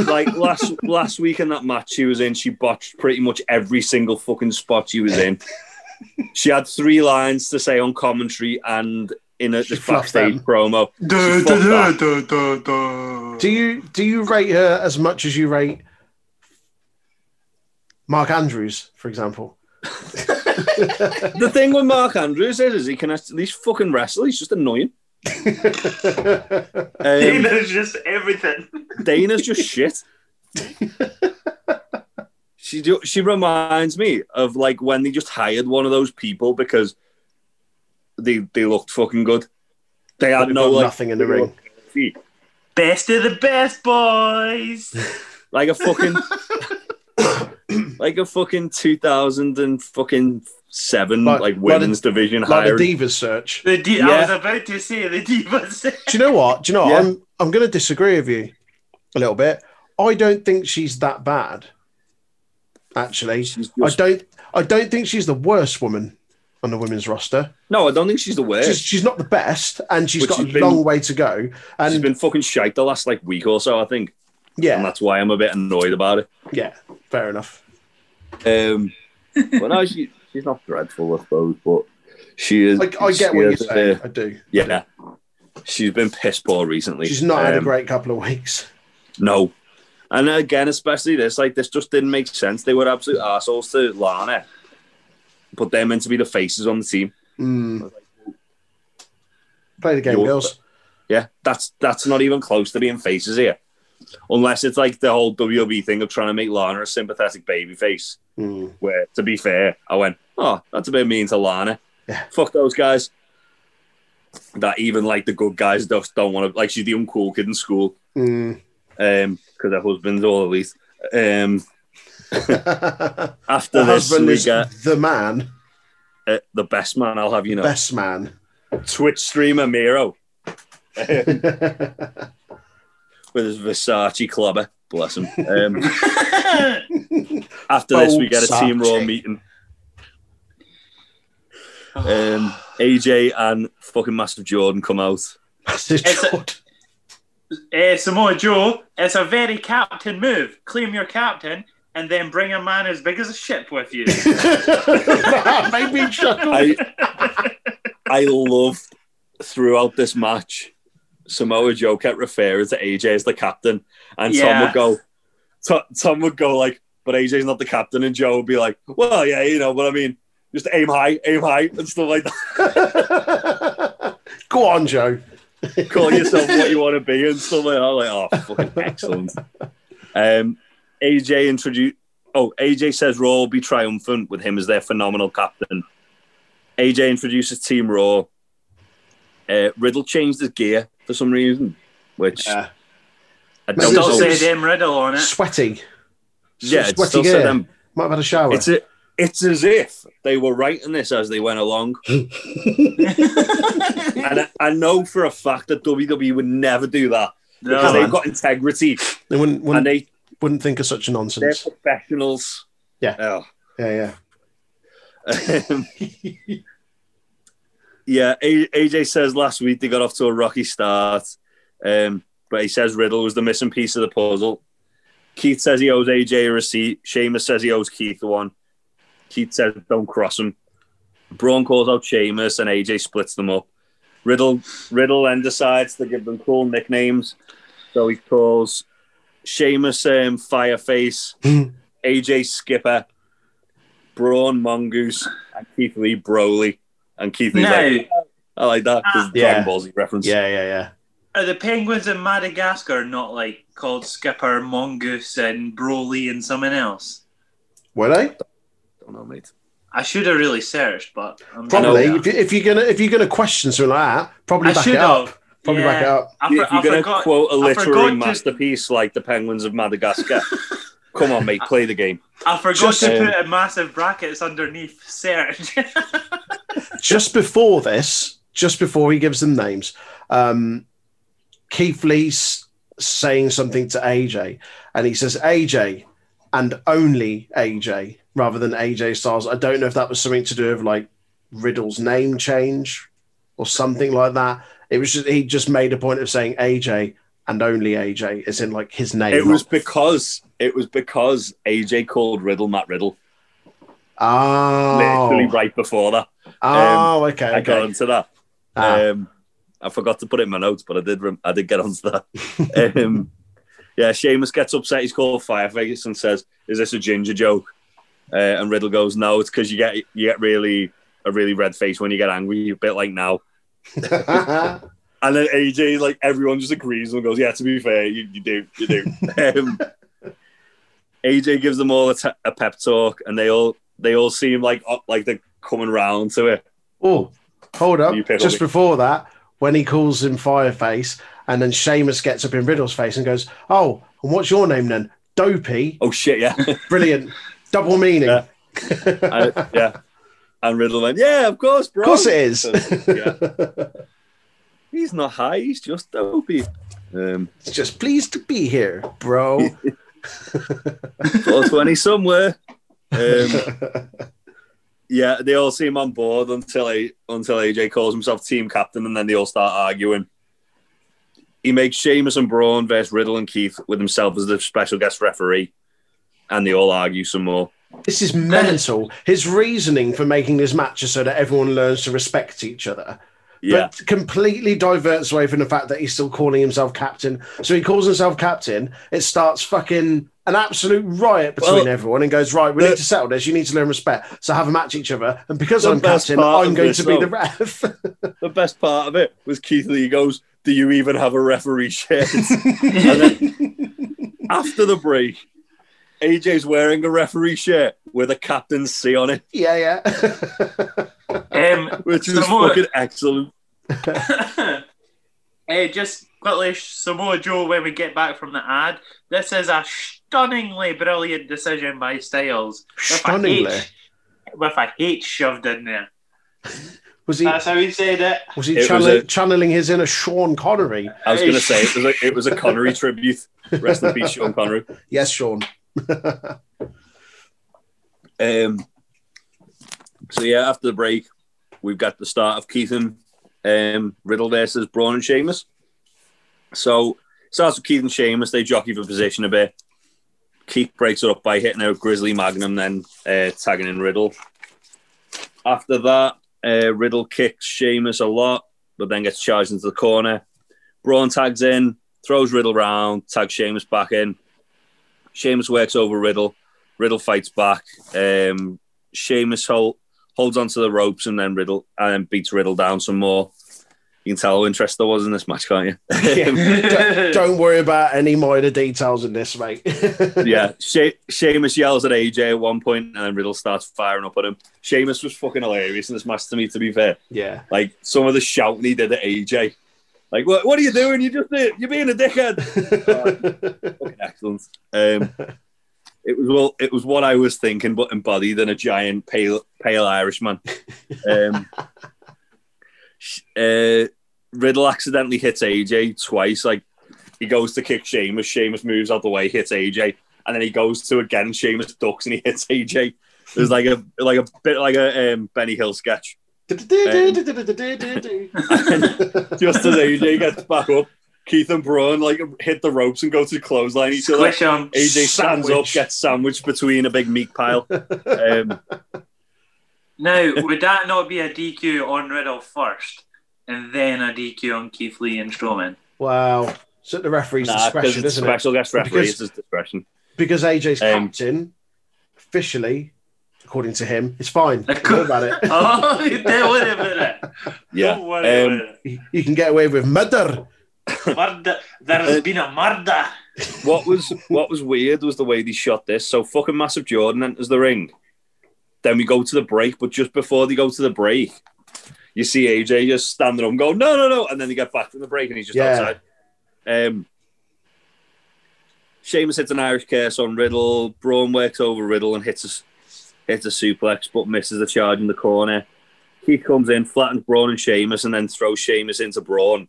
S3: like last last week in that match she was in, she botched pretty much every single fucking spot she was in. she had three lines to say on commentary and in a
S1: She
S3: the
S1: fluffed
S3: backstage
S1: them.
S3: promo.
S2: Du-
S3: She
S2: du-
S3: fucked
S2: du- du- du-
S1: do
S2: du.
S1: you do you rate her as much as you rate Mark Andrews, for example?
S3: The thing with Mark Andrews is, is he can at least fucking wrestle. He's just annoying. Um,
S2: Dana's just everything.
S3: Dana's just shit. she do, she reminds me of like when they just hired one of those people because they they looked fucking good. They had
S1: They've
S3: no
S1: got
S3: like
S1: nothing in the ring.
S3: feet.
S2: Best of the best, boys.
S3: like a fucking like a fucking 2000 and fucking seven
S1: Like-
S3: like,
S1: like the-
S3: women's division
S1: Like
S3: higher.
S1: the Divas search.
S2: The D- I
S3: Yeah.
S2: was about to say the divas.
S1: Do you know what? Do you know? what?
S3: Yeah.
S1: I'm I'm going to disagree with you a little bit. I don't think she's that bad. Actually,
S3: She's
S1: I
S3: just-
S1: don't. I don't think she's the worst woman on the women's roster.
S3: no, I don't think she's the worst.
S1: She's, she's not the best, and she's
S3: Eh? But
S1: got
S3: she's
S1: a
S3: been-
S1: long way to go.
S3: she's
S1: And
S3: been fucking shite the last like week or so, I think, and
S1: yeah,
S3: that's why I'm a bit annoyed about it.
S1: yeah, fair enough.
S3: Um, but no, she, she's not dreadful, I suppose, but she is.
S1: I, I get what
S3: she
S1: you're
S3: is,
S1: saying.
S3: uh,
S1: I do.
S3: yeah, she's been piss poor recently.
S1: She's not had a
S3: Um,
S1: great couple of weeks.
S3: No. And again, especially this, like this just didn't make sense. They were absolute assholes to Lana, but they're meant to be the faces on the team.
S1: Mm. Play the game,
S3: You're-
S1: girls.
S3: Yeah, that's that's not even close to being faces here, unless it's like the whole WWE thing of trying to make Lana a sympathetic baby face.
S1: Mm.
S3: Where, to be fair, I went, oh, that's a bit mean to Lana.
S1: Yeah.
S3: Fuck those guys. That even like the good guys just don't want to. Like she's the uncool kid in school
S1: Mm.
S3: because her husband's all elite. Um,
S1: the
S3: after this,
S1: husband
S3: we
S1: is
S3: get
S1: the man,
S3: uh, the best man. I'll have you know,
S1: best man.
S3: Twitch streamer Miro with his Versace clubber. Bless him. Um, After this, we get a Team Raw
S1: Versace.
S3: meeting. Um, AJ and fucking Massive Jordan come out.
S1: Massive
S2: It's a-
S1: Jordan.
S2: uh, Samoa Joe, it's a very captain move. Claim your captain and then bring a man as big as a ship with you.
S1: that made me chuckle.
S3: I I loved throughout this match. Samoa Joe kept referring to AJ as the captain, and Tom
S2: Yeah.
S3: would go, To- Tom would go like, but AJ's not the captain, and Joe would be like, well, yeah, you know, but I mean, just aim high, aim high, and stuff like that.
S1: Go on, Joe.
S3: Call yourself what you want to be, and stuff like that. I'm like, oh, fucking excellent. Um, AJ introduced. Oh, AJ says Raw will be triumphant with him as their phenomenal captain. AJ introduces Team Raw. Uh, Riddle changed his gear for some reason, which
S1: Yeah.
S3: I
S1: Maybe
S3: don't
S1: it's
S2: Still
S3: know.
S1: always-
S2: say them riddle on it.
S1: Sweaty.
S3: yeah, it
S1: sweaty
S3: still
S1: gear.
S3: said them.
S1: Might have had a shower.
S3: It's a, it's as if they were writing this as they went along. and I, I know for a fact that WWE E would never do that because
S1: man.
S3: they've got integrity
S1: They wouldn't- wouldn't-
S3: and they
S1: wouldn't think of such a
S3: They're
S1: nonsense.
S3: professionals.
S1: Yeah.
S3: Oh.
S1: Yeah, yeah.
S3: Um, yeah, A- AJ says last week they got off to a rocky start, um, but he says Riddle was the missing piece of the puzzle. Keith says he owes AJ a receipt. Sheamus says he owes Keith one. Keith says don't cross him. Braun calls out Sheamus and AJ splits them up. Riddle Riddle then decides to give them cool nicknames, so he calls Sheamus um, Fireface, AJ Skipper, Braun Mongoose, and Keith Lee Broly. And Keith Lee,
S2: Now,
S3: I like that. There's
S1: Ah. Yeah.
S3: Dragon Ball Z reference.
S1: Yeah, yeah, yeah.
S2: are the penguins in Madagascar not like called Skipper, Mongoose, and Broly and someone else?
S1: Were they?
S3: Don't know, mate.
S2: I should have really searched, but I'm not-
S1: Probably.
S2: Yeah.
S1: If, you, if you're gonna if you're gonna question something like that, probably
S2: I
S1: back
S2: should
S1: it up.
S2: have.
S1: Probably back it
S2: Yeah.
S1: up.
S2: I,
S3: If
S2: for,
S3: you're
S2: I
S3: going to
S2: forgot.
S3: quote a
S2: I forgot
S3: literary
S2: to-
S3: masterpiece like the Penguins of Madagascar, come on, mate, play the game.
S2: I forgot
S1: Just-
S2: to
S3: um,
S2: put a massive brackets underneath search.
S1: just before this, just before he gives them names, um, Keith Lee's saying something to AJ, and he says AJ and only AJ rather than AJ Styles. I don't know if that was something to do with like Riddle's name change or something like that. It was just he just made a point of saying AJ and only AJ, as in like his name.
S3: It was
S1: not-
S3: because it was because AJ called Riddle Matt Riddle literally
S1: oh,
S3: right before that.
S1: oh, okay,
S3: I got
S1: okay.
S3: onto that.
S1: Ah,
S3: Um, I forgot to put it in my notes, but I did. Rem- I did get onto that. um, yeah, Seamus gets upset. He's called Fireface and says, "Is this a ginger joke?" Uh, and Riddle goes, "No, it's because you get you get really a really red face when you get angry. You're a bit like now." And then AJ, like everyone, just agrees and goes, "Yeah, to be fair, you, you do, you do." um, AJ gives them all a, t- a pep talk, and they all they all seem like uh, like they're coming round to it.
S1: Oh, hold up.
S3: You pickle
S1: Just
S3: me.
S1: before that, when he calls him Fireface, and then Seamus gets up in Riddle's face and goes, Oh, and what's your name then? Dopey.
S3: Oh shit, yeah.
S1: Brilliant. Double meaning.
S3: Yeah. I- yeah. And Riddle went, yeah, of course, bro.
S1: of course it is.
S3: yeah. He's not high, he's just dopey. Um,
S1: It's just pleased to be here, bro.
S3: 420 somewhere. Um, yeah, they all seem on board until A until AJ calls himself team captain, and then they all start arguing. He makes Sheamus and Braun versus Riddle and Keith with himself as the special guest referee, and they all argue some more.
S1: this is mental. His reasoning for making this match is so that everyone learns to respect each other.
S3: Yeah,
S1: but completely diverts away from the fact that he's still calling himself captain. So he calls himself captain. It starts fucking an absolute riot between
S3: Well,
S1: everyone and goes, right, we
S3: the-
S1: need to settle this. You need to learn respect. So have a match each other. And because
S3: The
S1: I'm
S3: best
S1: captain,
S3: part
S1: I'm
S3: of
S1: going
S3: this,
S1: to be the
S3: though-
S1: ref.
S3: the best part of it was Keith Lee goes, "Do you even have a referee shirt?" And then after the break, AJ's wearing a referee shirt with a captain's C on it,
S1: yeah, yeah.
S2: um,
S3: which is
S2: Samoa-
S3: fucking excellent.
S2: Eh, just quickly, Samoa Joe, when we get back from the ad, this is a stunningly brilliant decision by Styles. With a
S1: Stunningly.
S2: H- With a H shoved in there.
S1: Was he
S2: how he said it.
S1: was he
S3: It was
S1: channeling,
S3: a-
S1: channeling his inner Sean Connery?
S3: I was going to say it was a, it was a Connery tribute. Rest in peace, Sean Connery.
S1: Yes, Sean.
S3: Um, so yeah, after the break, we've got the start of Keith and um, Riddle versus Braun and Sheamus. So starts with Keith and Sheamus. They jockey for position a bit. Keith breaks it up by hitting a Grizzly Magnum, then uh, tagging in Riddle. After that, uh, Riddle kicks Sheamus a lot, but then gets charged into the corner. Braun tags in, throws Riddle round, tags Sheamus back in. Sheamus works over Riddle. Riddle fights back. Um, Sheamus hold, holds onto the ropes and then Riddle and then beats Riddle down some more. You can tell how interest there was in this match, can't you?
S1: Yeah. Don't worry about any minor details in this, mate.
S3: yeah. She- Sheamus yells at AJ at one point and then Riddle starts firing up at him. Sheamus was fucking hilarious in this match to me, to be fair.
S1: yeah.
S3: Like some of the shouting he did at AJ. Like, what, what are you doing? You just uh, you're being a dickhead. Fucking excellent. Um, it was well, it was what I was thinking, but embodied in a giant pale pale Irishman. Um, sh- uh, Riddle accidentally hits AJ twice. Like he goes to kick Sheamus, Sheamus moves out the way, hits AJ, and then he goes to again Seamus ducks and he hits AJ. There's like a like a bit like a um, Benny Hill sketch. Just as AJ gets back up, Keith and Braun like hit the ropes and go to the clothesline each other.
S2: Squish him.
S3: AJ stands up,
S1: Sandwich.
S3: gets sandwiched between a big meat pile. Um,
S2: Now, would that not be a DQ on Riddle first, and then a DQ on Keith Lee and Strowman?
S1: wow. It's at the referee's
S3: nah, because
S1: discretion,
S3: it's
S1: isn't
S3: special guest referee,
S1: Because-
S3: it's his discretion.
S1: it? Because AJ's
S3: Um,
S1: captain, officially, according to him, it's fine. Don't worry about it.
S2: oh, you deal with it, minute.
S3: Yeah.
S2: Don't worry
S3: Um,
S2: about
S1: You- You can get away with murder.
S2: it. Murder. There has been a murder.
S3: what was what was weird was the way they shot this. So fucking massive Jordan enters the ring. Then we go to the break, but just before they go to the break, you see AJ just standing up and go, no, no, no. And then they get back from the break and he's just
S1: Yeah.
S3: outside. Um Sheamus hits an Irish curse on Riddle. Braun works over Riddle and hits a, s- hits a suplex, but misses the charge in the corner. He comes in, flattens Braun and Sheamus, and then throws Sheamus into Braun.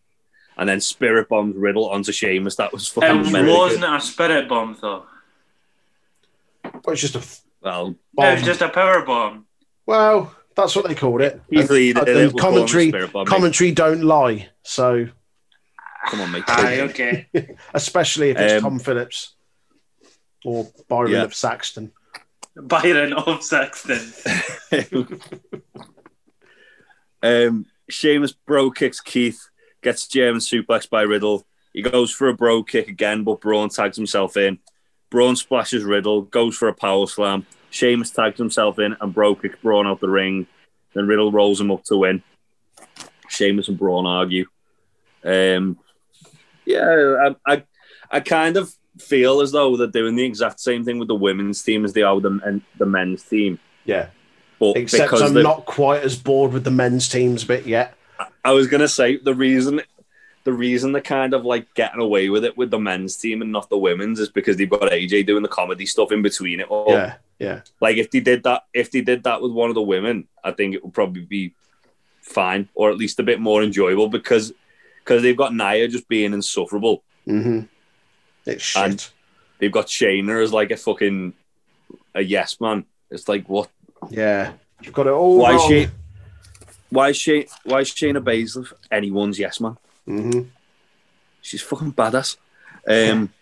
S3: And then spirit bombs Riddle onto Sheamus. That was fucking
S2: It
S3: mental.
S2: wasn't a spirit bomb, though.
S1: Well, it's just a f-
S3: Well,
S2: It was
S1: bomb.
S2: just a power bomb.
S1: Well, that's what they called it.
S3: Easily,
S1: and,
S3: they- they
S1: and
S3: will call
S1: commentary,
S3: him Spirit Bomb, mate.
S1: commentary don't lie. So,
S3: Come on, mate.
S2: Aye, okay.
S1: especially if it's
S3: Um,
S1: Tom Phillips or Byron
S3: Yeah.
S1: of Saxton.
S2: Byron of Saxton.
S3: um, Seamus bro kicks Keith, gets German suplex by Riddle. He goes for a bro kick again, but Braun tags himself in. Braun splashes Riddle, goes for a power slam. Seamus tags himself in and bro kicks Braun out the ring. Then Riddle rolls him up to win. Seamus and Braun argue. Um, yeah, I, I, I kind of feel as though they're doing the exact same thing with the women's team as they are with the, men, the men's team.
S1: Yeah.
S3: But
S1: Except
S3: because
S1: I'm
S3: the-
S1: not quite as bored with the men's teams bit yet.
S3: I was gonna say the reason, the reason they're kind of like getting away with it with the men's team and not the women's is because they've got AJ doing the comedy stuff in between it all.
S1: Yeah. Yeah.
S3: Like if they did that, if they did that with one of the women, I think it would probably be fine or at least a bit more enjoyable because because they've got Nia just being insufferable.
S1: hmm It's shit.
S3: And- They've got Shayna as like a fucking a yes man. It's like what
S1: yeah. You've got it all.
S3: why is
S1: wrong.
S3: she why is she why is Shayna Baszler anyone's yes man?
S1: Mhm.
S3: She's fucking badass. Um,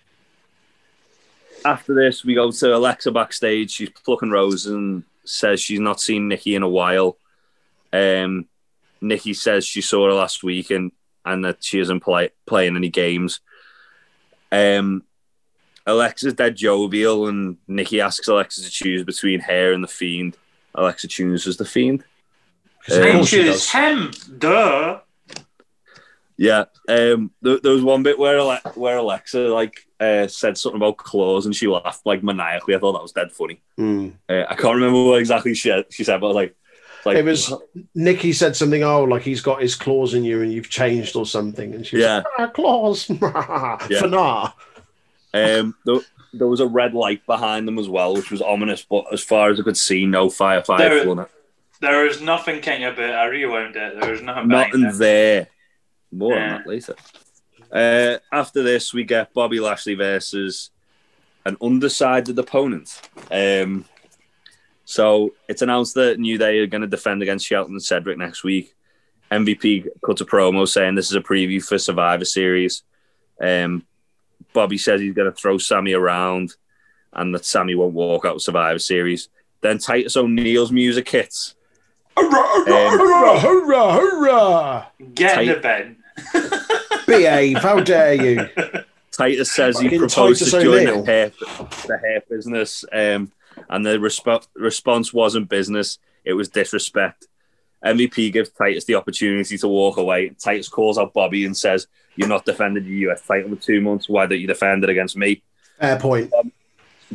S3: after this, we go to Alexa backstage. She's plucking roses and says she's not seen Nikki in a while. Um, Nikki says she saw her last week and, and that she isn't play, playing any games. Um, Alexa's dead jovial, and Nikki asks Alexa to choose between her and the Fiend. Alexa chooses the Fiend.
S1: 'Cause of
S3: Um,
S2: I
S1: course she
S2: choose
S1: does.
S2: him. Duh.
S3: Yeah. Um. There, there was one bit where Ale- where Alexa like uh, said something about claws, and she laughed like maniacally. I thought that was dead funny.
S1: Mm.
S3: Uh, I can't remember what exactly she said, she said, but I was like, like
S1: It was Nikki said something. Oh, like he's got his claws in you, and you've changed or something. And she was
S3: Yeah.
S1: like, ah, claws. For now.
S3: Um. There, there was a red light behind them as well, which was ominous. But as far as I could see, no firefly
S2: There-
S3: flung it.
S2: There is nothing king about it. I rewound it. There is nothing behind
S3: Nothing
S2: it.
S3: there. More
S2: Yeah.
S3: on that later. Uh, after this, we get Bobby Lashley versus an undecided opponent. Um, so it's announced that New Day are going to defend against Shelton and Cedric next week. MVP cuts a promo saying this is a preview for Survivor Series. Um, Bobby says he's going to throw Sammy around and that Sammy won't walk out of Survivor Series. Then Titus O'Neil's music hits.
S1: Hurrah, hurrah,
S3: Um,
S1: hurrah, hurrah, hurrah.
S2: Get in the
S3: Tight.
S2: bin.
S1: Behave. How dare you?
S3: Titus says he
S1: Fucking
S3: proposed
S1: Titus
S3: to join
S1: O'Neil.
S3: the hair, the hair business, um, and the resp- response wasn't business; it was disrespect. MVP gives Titus the opportunity to walk away. Titus calls out Bobby and says, "You're not defended your US title for two months. Why don't you defend it against me?"
S1: Fair point.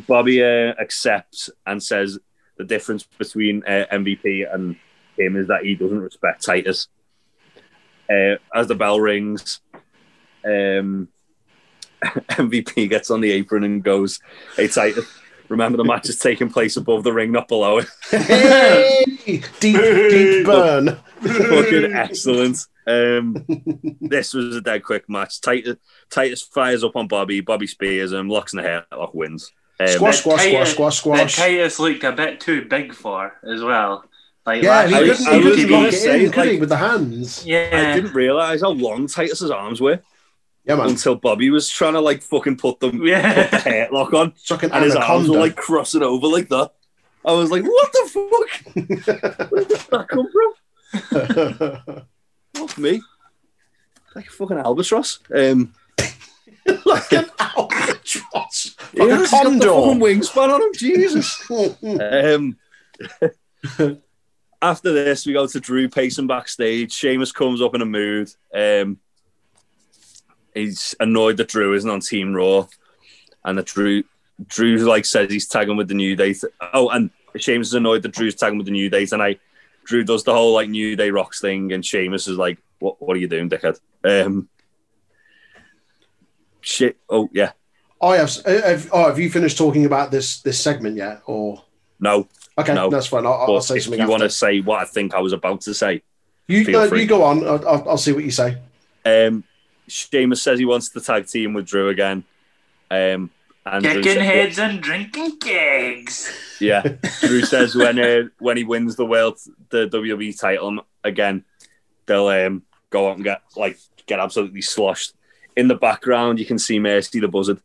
S3: Bobby uh, accepts and says the difference between uh, MVP and him is that he doesn't respect Titus. Uh, as the bell rings, um, MVP gets on the apron and goes, "Hey Titus, remember the match is taking place above the ring, not below it."
S1: Hey! deep, deep burn.
S3: Fucking excellent. Um, this was a dead quick match. Titus, Titus fires up on Bobby. Bobby spears him, locks in the headlock, wins. Um,
S1: Squash,
S2: that
S1: squash,
S2: Titus-
S1: squash, squash,
S2: That
S1: squash.
S2: Titus looked a bit too big for as well. Like
S1: Yeah,
S2: last
S1: he
S3: I
S2: week's
S1: couldn't, he
S3: was
S1: couldn't
S3: gonna
S1: lock it
S3: say,
S1: in, could he,
S3: like-
S1: with the hands?
S3: I
S2: Yeah,
S3: didn't realize how long Titus's arms were
S1: Yeah, man.
S3: until Bobby was trying to like fucking put them put the
S2: yeah.
S3: hair lock on,
S1: Chucking
S3: and his arms
S1: anaconda.
S3: were like crossing over like that. I was like, "What the fuck? Where did that come from? Fuck me, like a fucking albatross." Um,
S1: like an albatross.
S3: yeah,
S1: Like a
S3: he's got the fucking
S1: condor.
S3: wingspan on him, Jesus. Um, after this, we go to Drew pacing backstage. Sheamus comes up in a mood. Um, he's annoyed that Drew isn't on Team Raw, and that Drew Drew like says he's tagging with the New Day. t- oh, and Sheamus is annoyed that Drew's tagging with the New Day tonight. Drew does the whole like New Day rocks thing, and Sheamus is like, "What? What are you doing, dickhead?" Um, shit. Oh yeah.
S1: I have, have. Oh, have you finished talking about this this segment yet? Or
S3: No,
S1: okay,
S3: No.
S1: that's fine. I'll, I'll
S3: but
S1: say
S3: if
S1: something.
S3: you
S1: after.
S3: want to say what I think I was about to say,
S1: you,
S3: feel
S1: no,
S3: free.
S1: you go on. I'll, I'll, I'll see what you say.
S3: Um, Sheamus says he wants the tag team with Drew again. Um, and Drew
S2: Kicking
S3: sa-
S2: heads and drinking kegs.
S3: Yeah, Drew says when uh, when he wins the world the WWE title m- again, they'll um, go out and get like get absolutely sloshed. In the background, you can see Mercy the Buzzard.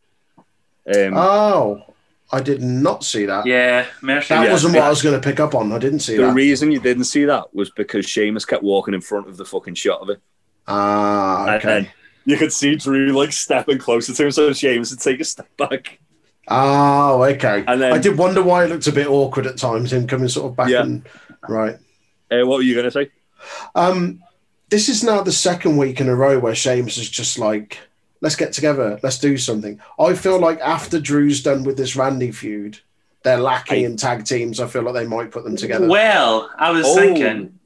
S3: Um,
S1: Oh, I did not see that.
S2: Yeah, Mercy.
S1: That
S3: Yeah.
S1: wasn't what I was going to pick up on. I didn't see
S3: the
S1: that.
S3: reason you didn't see that was because Sheamus kept walking in front of the fucking shot of it.
S1: ah,
S3: And then
S1: okay.
S3: you could see Drew like stepping closer to him, so Sheamus would take a step back.
S1: Oh, okay.
S3: And then-
S1: I did wonder why it looked a bit awkward at times. Him coming sort of back
S3: Yeah.
S1: and right.
S3: Uh, what were you going to say?
S1: Um, this is now the second week in a row where Seamus is just like, let's get together, let's do something. I feel like after Drew's done with this Randy feud, they're lacking
S3: I-
S1: in tag teams. I feel like they might put them together. Oh.
S2: Well, I was thinking.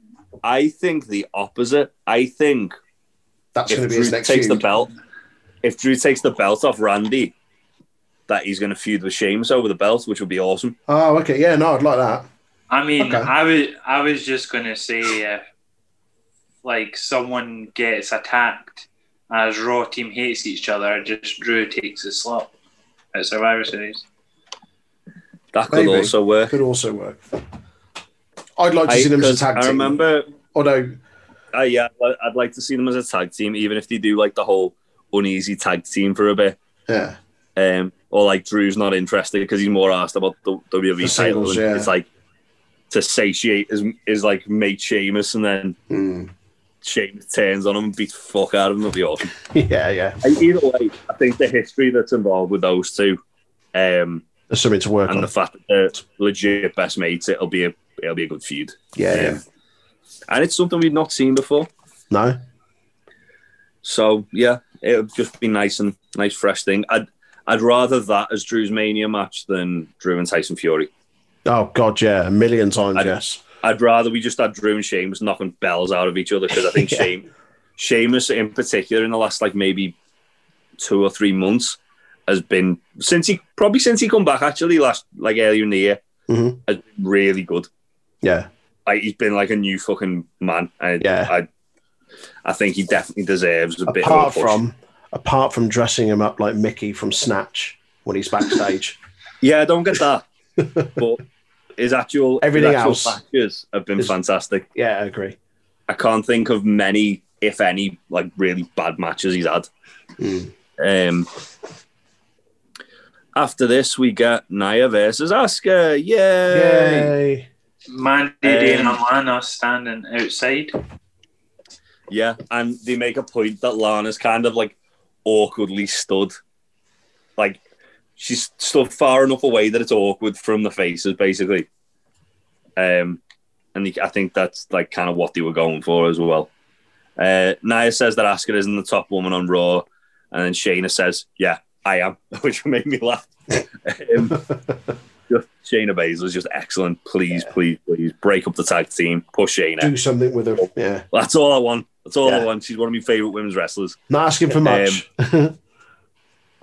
S3: I think the opposite. I think
S1: That's
S3: if
S1: going to be
S3: Drew
S1: his next
S3: takes
S1: feud.
S3: the belt, if Drew takes the belt off Randy, that he's going to feud with Sheamus over the belt, which would be awesome.
S1: oh, okay. Yeah, no, I'd like that.
S2: I mean,
S1: Okay.
S2: I was I was just gonna say if like someone gets attacked as Raw team hates each other, just Drew takes a slot at Survivor Series.
S3: That could
S1: Maybe.
S3: also work.
S1: Could also work. I'd like to
S3: I,
S1: see them as
S3: 'cause
S1: a tag team.
S3: I remember,
S1: Although,
S3: uh, yeah, I'd- I'd like to see them as a tag team, even if they do like the whole uneasy tag team for a bit.
S1: yeah,
S3: Um, or like Drew's not interested because he's more asked about the
S1: The
S3: WWE title.
S1: singles,
S3: and
S1: yeah.
S3: It's like to satiate his, his like mate Sheamus, and then
S1: Hmm.
S3: Sheamus turns on him and beats the fuck out of him. That'd be awesome.
S1: yeah, yeah.
S3: I- either way, I think the history that's involved with those two, um,
S1: There's something to work
S3: and
S1: on.
S3: the fact that they're legit best mates, it'll be a it'll be a good feud,
S1: yeah, yeah.
S3: um, and it's something we've not seen before.
S1: No,
S3: So yeah, it would just be nice and nice fresh thing. I'd I'd rather that as Drew's Mania match than Drew and Tyson Fury.
S1: oh god, yeah, a million times,
S3: I-
S1: yes.
S3: I'd rather we just had Drew and Sheamus knocking bells out of each other because I think
S1: Yeah.
S3: Shea- Sheamus in particular in the last like maybe two or three months has been since he probably since he come back actually last like earlier in the year
S1: Mhm.
S3: has been really good.
S1: Yeah,
S3: Like, he's been like a new fucking man. I,
S1: Yeah.
S3: I I think he definitely deserves a bit
S1: apart
S3: of a push.
S1: from apart from dressing him up like Mickey from Snatch when he's backstage.
S3: yeah, I don't get that, but his actual
S1: Everything
S3: his actual
S1: else
S3: matches have been
S1: is-
S3: fantastic.
S1: yeah, I agree.
S3: I can't think of many, if any, like really bad matches he's had.
S1: Mm.
S3: Um, after this, we get Nia versus Asuka. Yay!
S1: Yay!
S2: Mandy
S3: Um,
S2: Day and Lana standing outside.
S3: Yeah, and they make a point that Lana's kind of like awkwardly stood. Like, she's stood far enough away that it's awkward from the faces, basically. Um, and the- I think that's like kind of what they were going for as well. Uh, Nia says that Asuka isn't the top woman on Raw, and then Shayna says, "Yeah, I am," which made me laugh. um, just Shayna Baszler is just excellent. Please, please, please break up the tag team. Push Shayna.
S1: Do something with her. Yeah,
S3: That's all I want. That's all
S1: Yeah.
S3: I want. She's one of my favorite women's wrestlers.
S1: not asking
S3: Um,
S1: for much.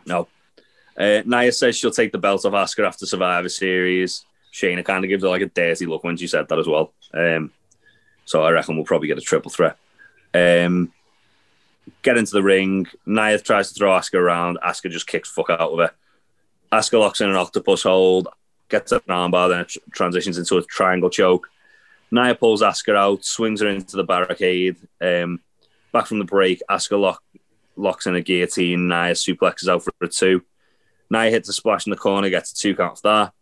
S3: No. Uh, Nia says she'll take the belt off Asuka after Survivor Series. Shayna kind of gives her like a dirty look when she said that as well. Um, so I reckon we'll probably get a triple threat. Um, get into the ring. Nia tries to throw Asuka around. Asuka just kicks fuck out of her. Asuka locks in an octopus hold, gets an armbar, then it tr- transitions into a triangle choke. Nia pulls Asuka out, swings her into the barricade. Um, back from the break, Asuka lock, locks in a guillotine. Nia suplexes out for a two. Nia hits a splash in the corner, gets a two count for that.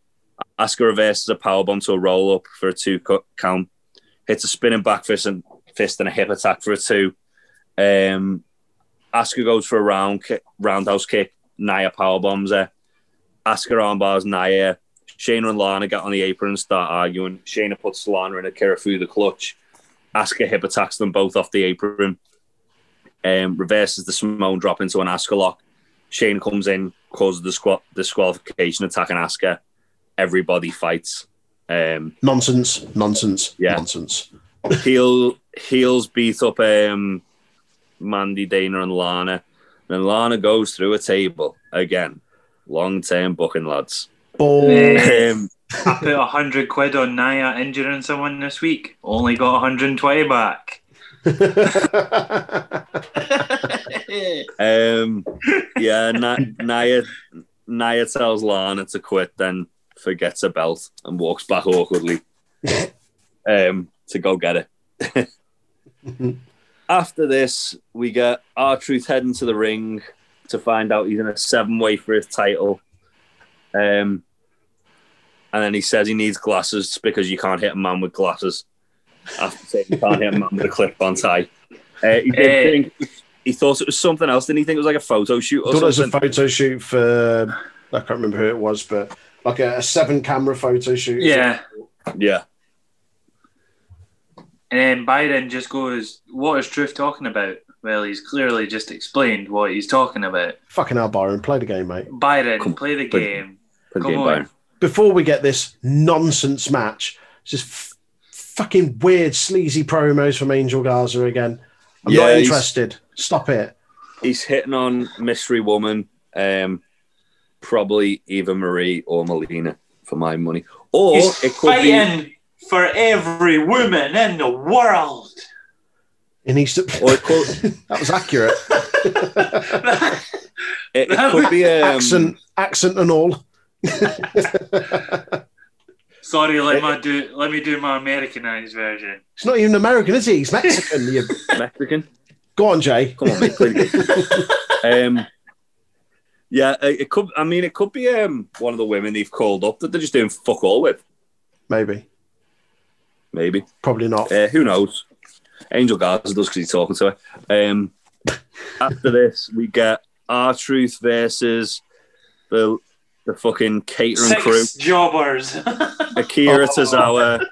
S3: Asuka reverses a powerbomb to a roll up for a two co- count. Hits a spinning back fist and, fist and a hip attack for a two. Um, Asuka goes for a round kick, roundhouse kick. Nia power bombs her. Asuka armbars Nia. Shayna and Lana get on the apron and start arguing. Shayna puts Lana in a Kirifu the clutch. Asuka hip attacks them both off the apron. Um, reverses the Simone drop into an Asuka lock. Shayna comes in, causes the disqual- disqualification, attacking Asuka. Everybody fights. Um,
S1: Nonsense, nonsense,
S3: Yeah.
S1: nonsense.
S3: heel heels beat up um, Mandy, Dana, and Lana. Then Lana goes through a table again. Long term booking, lads.
S1: Ball.
S2: Yeah.
S3: Um,
S2: I put a hundred quid on Naya injuring someone this week. Only got 120 back.
S3: um, yeah, Ni- Nia, Nia tells Lana to quit, then forgets her belt and walks back awkwardly um, to go get it. After this, we get R Truth heading to the ring to find out he's in a seven way for his title. Um, and then he says he needs glasses because you can't hit a man with glasses. After saying you can't hit a man with a clip on tie. Uh, he did
S2: Eh.
S3: think he thought it was something else. Didn't he think it was like a photo shoot or
S1: thought it was a
S3: something?
S1: photo shoot for I can't remember who it was, but like a, a seven camera photo shoot.
S2: Yeah.
S3: yeah.
S2: And then Byron just goes, What is Truth talking about? Well, he's clearly just explained what he's talking about.
S1: Fucking hell, Byron, play the game, mate.
S2: Byron,
S3: Come on,
S2: play the
S3: play-
S2: game.
S3: Put the
S2: Come
S3: game
S2: on.
S3: Byron.
S1: Before we get this nonsense match, it's just f- fucking weird, sleazy promos from Angel Garza again. I'm
S3: Yeah,
S1: not
S3: he's-
S1: interested. Stop it.
S3: He's hitting on Mystery Woman, um, probably Eva Marie or Melina for my money. Or it could be,
S2: for every woman in the world.
S1: It needs to.
S3: or it could,
S1: that was accurate.
S3: it, it could be um,
S1: accent, accent, and all.
S2: Sorry, let me do let me do my Americanized version.
S1: It's not even American, is he? He's Mexican. you...
S3: Mexican.
S1: Go on, Jay.
S3: Come on, mate, play the game. um, yeah, it it could. I mean, it could be um, one of the women they've called up that they're just doing fuck all with.
S1: Maybe.
S3: Maybe.
S1: Probably not.
S3: Uh, who knows? Angel Garza does because he's talking to her. Um, after this, we get our Truth versus the the fucking catering crew.
S2: jobbers.
S3: Akira
S1: Oh.
S3: Tozawa,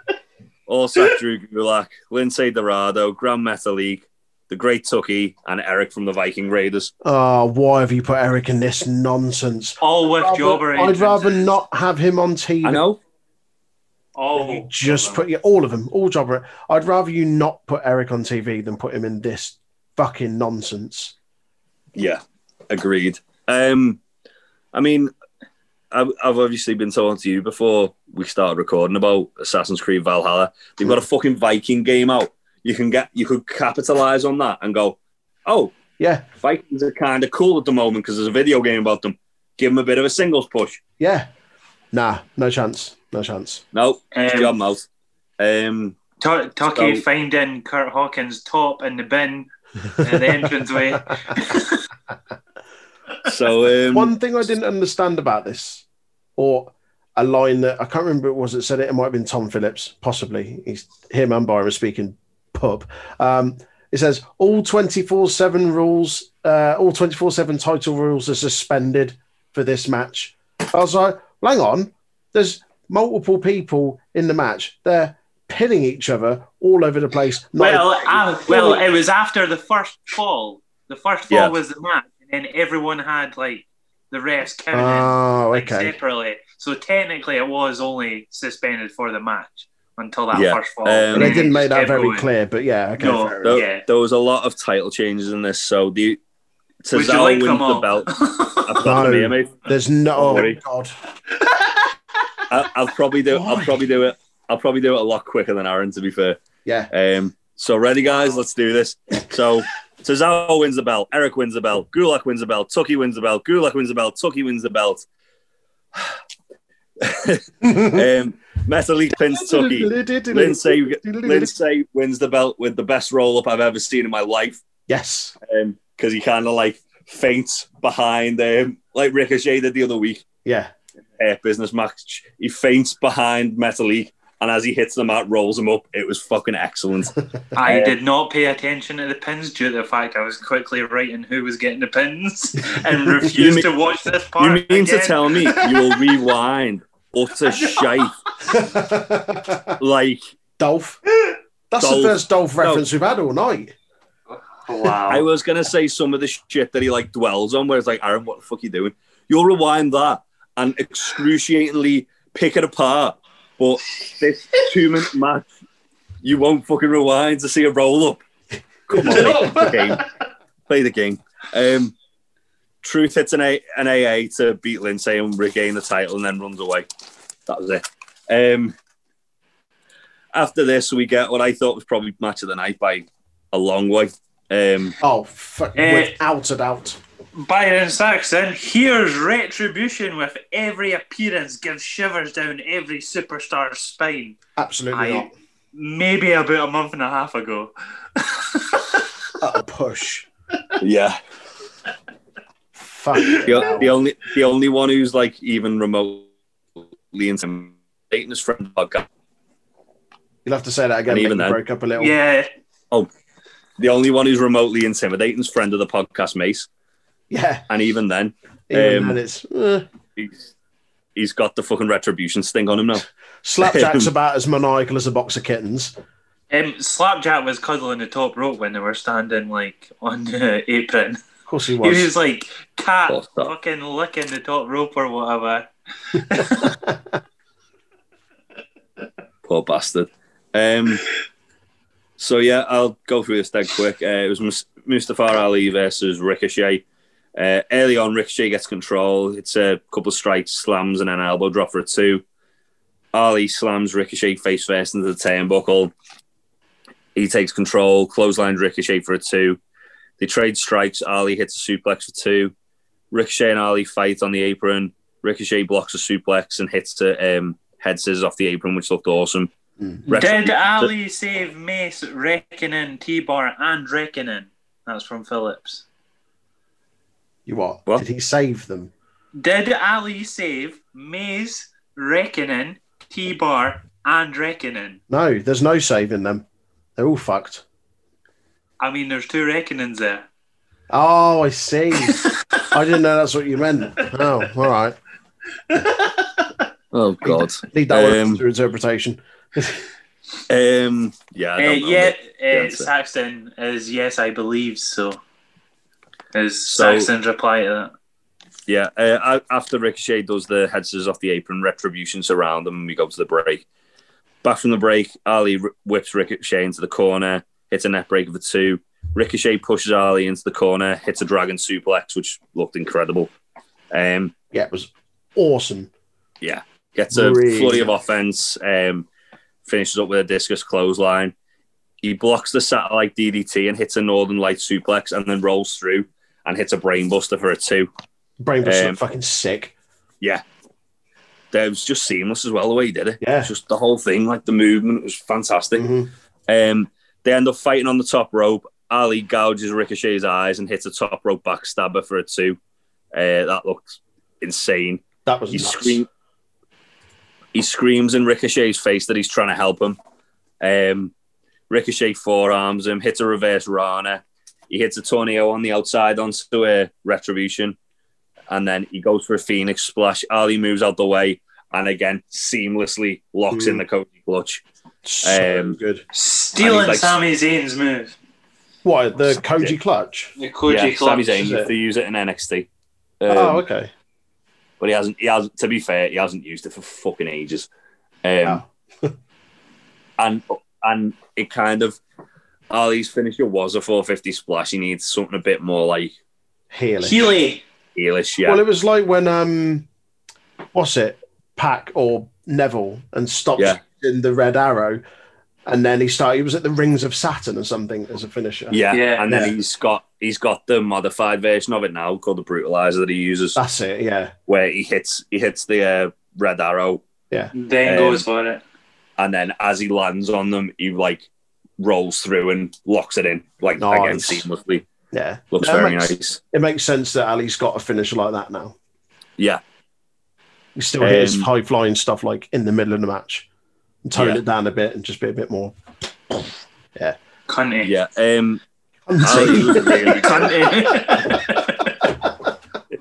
S3: Orsak Drew Gulak, Lindsay Dorado, Grand Metalik, the Great Tucky, and Eric from the Viking Raiders.
S1: Oh, why have you put Eric in this nonsense?
S2: All with
S1: rather-
S2: jobber
S1: I'd
S2: entrances.
S1: rather not have him on TV.
S3: I know.
S2: All
S1: Just
S2: of
S1: put yeah, all of them, all jobber. I'd rather you not put Eric on TV than put him in this fucking nonsense.
S3: Yeah, agreed. Um, I mean, I've, I've obviously been talking to you before we started recording about Assassin's Creed Valhalla. They've got a fucking Viking game out. You can get, you could capitalize on that and go, oh,
S1: Yeah,
S3: Vikings are kind of cool at the moment because there's a video game about them. Give them a bit of a singles push.
S1: yeah. Nah, no chance, no chance.
S3: No, it's
S2: Um,
S3: your mouth. Um,
S2: Tu- Tucky
S3: So-
S2: finding Kurt Hawkins' top in the bin at the entranceway.
S3: so um,
S1: One thing I didn't understand about this, or a line that I can't remember who it was that said it. It might have been Tom Phillips, possibly. He's him and Byron speaking pub. Um, it says all twenty four seven rules, uh, all twenty four seven title rules are suspended for this match. I was like, well, hang on, there's multiple people in the match. They're pinning each other all over the place. Not-
S2: well, uh, well, it was after the first fall. The first fall
S3: Yeah.
S2: was the match, and then everyone had like the rest counted
S3: Ah,
S1: oh,
S2: like,
S1: okay.
S2: separately. So technically, it was only suspended for the match until that
S3: Yeah.
S2: first fall.
S3: Um,
S2: And
S1: And they
S2: then
S1: didn't
S2: it
S1: make
S2: just
S1: that
S2: kept
S1: very
S2: going.
S1: clear, but yeah, okay.
S2: No,
S1: fair enough.
S3: there,
S2: Yeah.
S3: there was a lot of title changes in this. So the
S2: Would you
S3: Tozawa
S2: like
S3: wins
S2: them
S3: the
S2: all?
S3: belt. I've got them here, mate.
S1: There's no. Oh,
S3: Sorry.
S1: God.
S3: I, I'll probably do. I'll
S1: Why?
S3: probably do it. I'll probably do it a lot quicker than Aaron. To be fair.
S1: Yeah.
S3: Um. So ready, guys? Let's do this. So Tozawa wins the belt. Eric wins the belt. Gulak wins the belt. Tucky wins the belt. Gulak wins the belt. Tucky wins the belt. um, Metalik pins Tucky. Lindsay, Lindsay wins the belt with the best roll up I've ever seen in my life
S1: Yes.
S3: because he kind of like faints behind um, like Ricochet did the other week
S1: Yeah.
S3: uh, business match. He faints behind Metalik and as he hits them out, rolls him up. It was fucking excellent.
S2: I
S3: Uh,
S2: did not pay attention to the pins due to the fact I was quickly writing who was getting the pins and refused to watch this
S3: you
S2: part.
S3: mean to
S2: again.
S3: tell me you will rewind utter shite like
S1: Dolph. That's the
S3: Dolph.
S1: first Dolph reference we've had all night.
S2: Wow.
S3: I was gonna say some of the shit that he like dwells on, where it's like, Aaron, what the fuck you doing? You'll rewind that and excruciatingly pick it apart. But this two minute match, you won't fucking rewind to see a roll up. Come on, mate, play the game. Play the game. Um, Truth hits an, a- an AA to beat Lindsay and regain the title and then runs away. That was it. Um, after this, we get what I thought was probably match of the night by a long way. Um,
S1: Oh, fuck.
S2: Eh.
S1: without a doubt.
S2: Byron Saxon, here's retribution with every appearance, gives shivers down every superstar's spine.
S1: Absolutely
S2: I-
S1: not.
S2: Maybe about a month and a half ago.
S1: At a push.
S3: yeah.
S1: Fuck.
S3: The, the only the only one who's like even remotely intimidating is friend podcast.
S1: You'll have to say that again.
S3: And
S1: Nick,
S3: even
S1: you
S3: then-
S1: broke up a little.
S2: Yeah,
S3: The only one who's remotely intimidating is friend of the podcast, Mace.
S1: Yeah.
S3: And even then,
S1: Even
S3: Um,
S1: then it's eh.
S3: he's, he's got the fucking retribution sting on him now.
S1: slapjack's
S3: um,
S1: about as maniacal as a box of kittens.
S2: um, Slapjack was cuddling the top rope when they were standing like on the apron.
S1: Of course he
S2: He
S1: was.
S2: was like cat
S3: Fucked up.
S2: fucking licking the top rope or whatever.
S3: Poor bastard. Um, so yeah, I'll go through this dead quick. Uh, it was Mus- Mustafa Ali versus Ricochet. Uh, early on, Ricochet gets control. It's a couple strikes, slams, and an elbow drop for a two. Ali slams Ricochet face first into the turnbuckle. He takes control, clotheslines Ricochet for a two. They trade strikes. Ali hits a suplex for two. Ricochet and Ali fight on the apron. Ricochet blocks a suplex and hits a um, head scissors off the apron, which looked awesome.
S1: Mm.
S2: Mm-hmm.
S3: Retro-
S2: Did Ali save Mace, Reckoning, T Bar, and Reckoning? That's from Phillips.
S1: You what?
S3: What?
S1: Did he save them?
S2: Did Ali save Maze, Reckoning, T Bar, and Reckoning?
S1: No, there's no saving them. They're all fucked.
S2: I mean, there's two Reckonings there.
S1: Oh, I see. I didn't know that's what you meant. Oh, all right.
S3: Oh God.
S1: Leave that one
S3: Um,
S1: up to interpretation.
S3: Um, yeah, I
S2: Uh,
S3: don't know.
S2: yeah, uh,
S3: answer.
S2: Saxton is yes, I believe so. Is
S3: So-
S2: Saxton's reply to that?
S3: yeah. Uh, a- after Ricochet does the head scissors off the apron, retributions around them, and we go to the break. Back from the break, Ali r- whips Ricochet into the corner, hits a net break of a two. Ricochet pushes Ali into the corner, hits a dragon suplex, which looked incredible. Um,
S1: Yeah, it was awesome.
S3: gets a
S1: Really?
S3: flurry of offense, um, finishes up with a discus clothesline. He blocks the satellite DDT and hits a Northern Light suplex, and then rolls through and hits a brainbuster for a two.
S1: Brain was
S3: Um,
S1: fucking sick.
S3: That was just seamless as well the way he did it.
S1: Yeah.
S3: Just the whole thing, like the movement was fantastic.
S1: Mhm.
S3: Um, they end up fighting on the top rope. Ali gouges Ricochet's eyes and hits a top rope backstabber for a two. Uh, that looks insane.
S1: That was
S3: he
S1: nuts.
S3: scream, he screams in Ricochet's face that he's trying to help him. Um, Ricochet forearms him, hits a reverse Rana. He hits a tornado on the outside onto a retribution, and then he goes for a Phoenix splash. Ali moves out the way, and again seamlessly locks in
S1: Mm.
S3: the Cody clutch.
S1: So
S3: um,
S1: good.
S2: Stealing
S3: like-
S2: Sami Zayn's move.
S1: What, the Koji clutch?
S2: The
S3: yeah,
S2: Koji
S3: Sami
S2: clutch.
S3: Zayn
S1: it?
S3: used to use it in NXT, um,
S1: oh, okay.
S3: but he hasn't. He has. To be fair, he hasn't used it for fucking ages. Um,
S1: Wow.
S3: and and it kind of Ali's finisher was a 450 splash. He needs something a bit more like
S1: Healing.
S2: Healy.
S3: heelish. Yeah,
S1: Well, it was like when um, what's it, Pack or Neville, and stopped
S3: Yeah.
S1: in the Red Arrow, and then he started. He was at the Rings of Saturn or something as a finisher.
S3: Yeah,
S2: Yeah.
S3: and then
S1: Yeah.
S3: he's got he's got the modified version of it now called the brutalizer that he uses,
S1: that's it. Yeah,
S3: where he hits he hits the uh, red arrow,
S2: Then
S3: Um,
S2: goes for it.
S3: and then as he lands on them, he like rolls through and locks it in like again
S1: Nice.
S3: seamlessly.
S1: yeah.
S3: Looks
S1: That
S3: very
S1: makes-
S3: nice.
S1: It makes sense that Ali's got a finisher like that now.
S3: Yeah,
S1: He still hits
S3: Um,
S1: high flying stuff like in the middle of the match, and tone
S3: Yeah.
S1: it down a bit and just be a bit more.
S2: Cunty.
S3: yeah. Um, Ali was
S1: cunty.
S3: really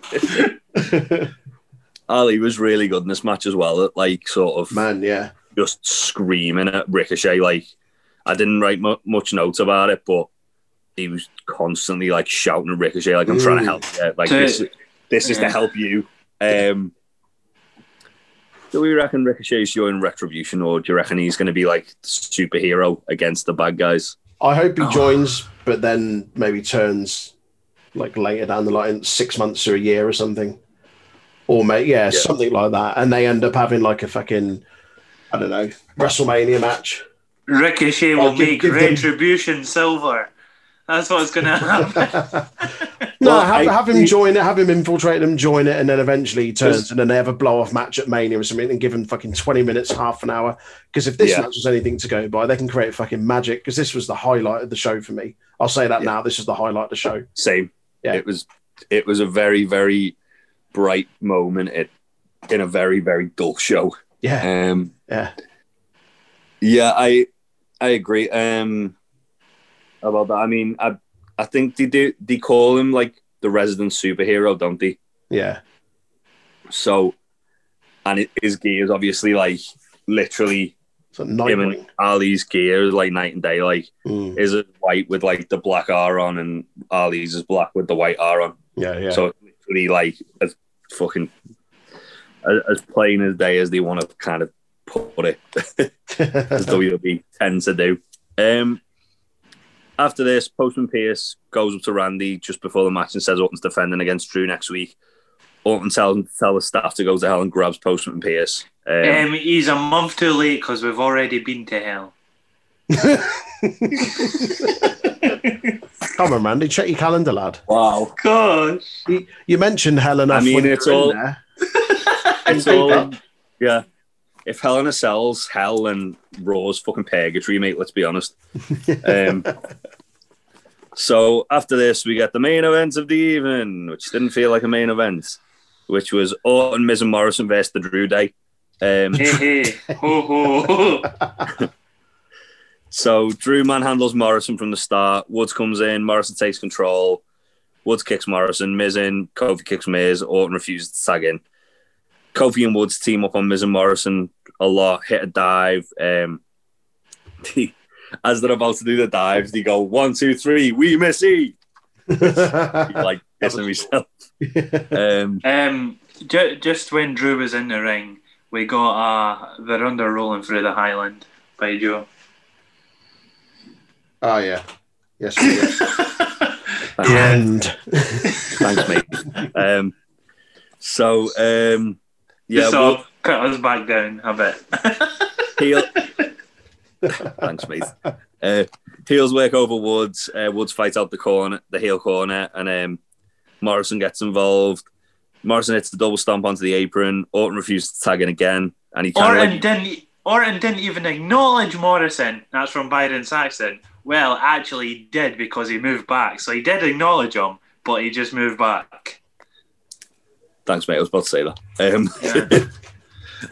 S2: Cunty.
S3: Ali was really good in this match as well. At like sort of
S1: Man, yeah,
S3: just screaming at Ricochet. Like I didn't write mu- much notes about it, but he was constantly like shouting at Ricochet, like I'm trying to
S1: Mm.
S3: help you. Like
S2: To-
S3: this, this is to
S2: yeah.
S3: help you. Um, do we reckon Ricochet's joining Retribution, or do you reckon he's going to be like the superhero against the bad guys?
S1: I hope he
S2: Oh.
S1: joins, but then maybe turns like later down the line, six months or a year or something, or mate, yeah,
S3: Yeah.
S1: something like that, and they end up having like a fucking, I don't know, WrestleMania match.
S2: Ricochet
S1: I'll
S2: will
S1: give-
S2: make
S1: give them-
S2: retribution silver. That's what's gonna happen.
S1: No,
S3: Well,
S1: have,
S3: I-
S1: have him join it, have him infiltrate them, join it, and then eventually he turns
S3: There's-
S1: and then they have a blow off match at Mania or something and give him fucking 20 minutes, half an hour. Because if this
S3: Yeah.
S1: match was anything to go by, they can create fucking magic. Because this was the highlight of the show for me. I'll say that
S3: Yeah.
S1: now. This is the highlight of the show.
S3: Same.
S1: Yeah.
S3: It was. It was a very very bright moment. It in a very very dull show.
S1: Yeah.
S3: Um,
S1: Yeah.
S3: Yeah, I I agree. Um about that. I mean, I I think they do they call him like the resident superhero, don't they?
S1: Yeah.
S3: So and it, his gear is obviously like literally
S1: So
S3: him and
S1: Nightwing.
S3: Ali's gear is like night and day. Like
S1: Mm.
S3: his is white with like the black R on and Ali's is black with the white R on.
S1: Yeah. Yeah.
S3: So it's literally like as fucking as, as plain as day as they want to kind of put it. as WWE tend to do. Um, after this, Postman Pierce goes up to Randy just before the match and says Orton's defending against Drew next week. Orton tells him to tell the staff to go to hell and grabs Postman Pierce. Um,
S2: Um, he's a month too late because we've already been to hell.
S1: Come on, Randy. Check your calendar, lad.
S3: wow.
S2: Gosh.
S1: You, you mentioned hell enough.
S3: I mean,
S1: when you
S3: it's
S1: were in
S3: all-
S1: there.
S3: It's
S1: Big
S3: all,
S1: up.
S3: yeah. If Hell in a Cell's Hell and Raw's fucking purgatory, mate, let's be honest. Um, so after this, we get the main event of the evening, which didn't feel like a main event, which was Orton, Miz, and Morrison versus the Drew Day. Um,
S2: hey, hey. Ho, ho, ho.
S3: So Drew manhandles Morrison from the start. Woods comes in. Morrison takes control. Woods kicks Morrison. Miz in. Kofi kicks Miz. Orton refuses to tag in. Kofi and Woods team up on Miz and Morrison a lot. Hit a dive. Um, as they're about to do the dives, they go one, two, three. We miss E. Like pissing himself. Um,
S2: Um, ju- just when Drew was in the ring, we got uh, the under rolling through the Highland by Joe.
S1: oh, yeah. Yes. we did. And
S3: thanks, mate. Um, so um, yeah,
S2: so
S3: Woods-
S2: cut us back down a bit.
S3: Heel. Thanks, mate. Uh, heels work over Woods. Uh, Woods fights out the corner, the heel corner, and um, Morrison gets involved. Morrison hits the double stomp onto the apron. Orton refuses to tag in again, and he kind
S2: Orton
S3: of like,
S2: didn't. Orton didn't even acknowledge Morrison. That's from Byron Saxon. Well, actually, he did because he moved back. So he did acknowledge him, but he just moved back.
S3: thanks, mate. I was about to say that. Um,
S2: Yeah.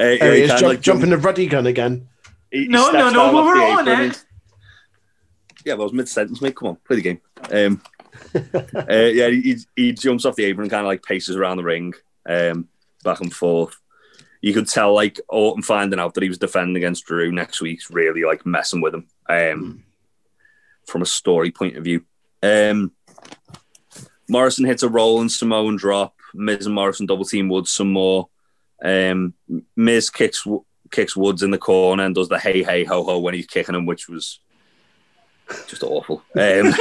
S3: uh, he
S1: there he is,
S3: kinda,
S1: jump,
S3: like,
S1: jumping the ruddy gun again.
S3: he- he
S2: no, no, no,
S3: steps down
S2: we
S3: off
S2: were
S3: the
S2: on
S3: apron and-
S2: it.
S3: Yeah, but I was mid sentence, mate. Come on, play the game. Um, uh, yeah, he, he jumps off the apron and kind of like paces around the ring, um, back and forth. You could tell like Orton finding out that he was defending against Drew next week's really like messing with him um, from a story point of view. Um, Morrison hits a roll and Samoan drop. Miz and Morrison double team Woods some more. Um, Miz kicks kicks Woods in the corner and does the hey hey ho ho when he's kicking him, which was just awful. Um,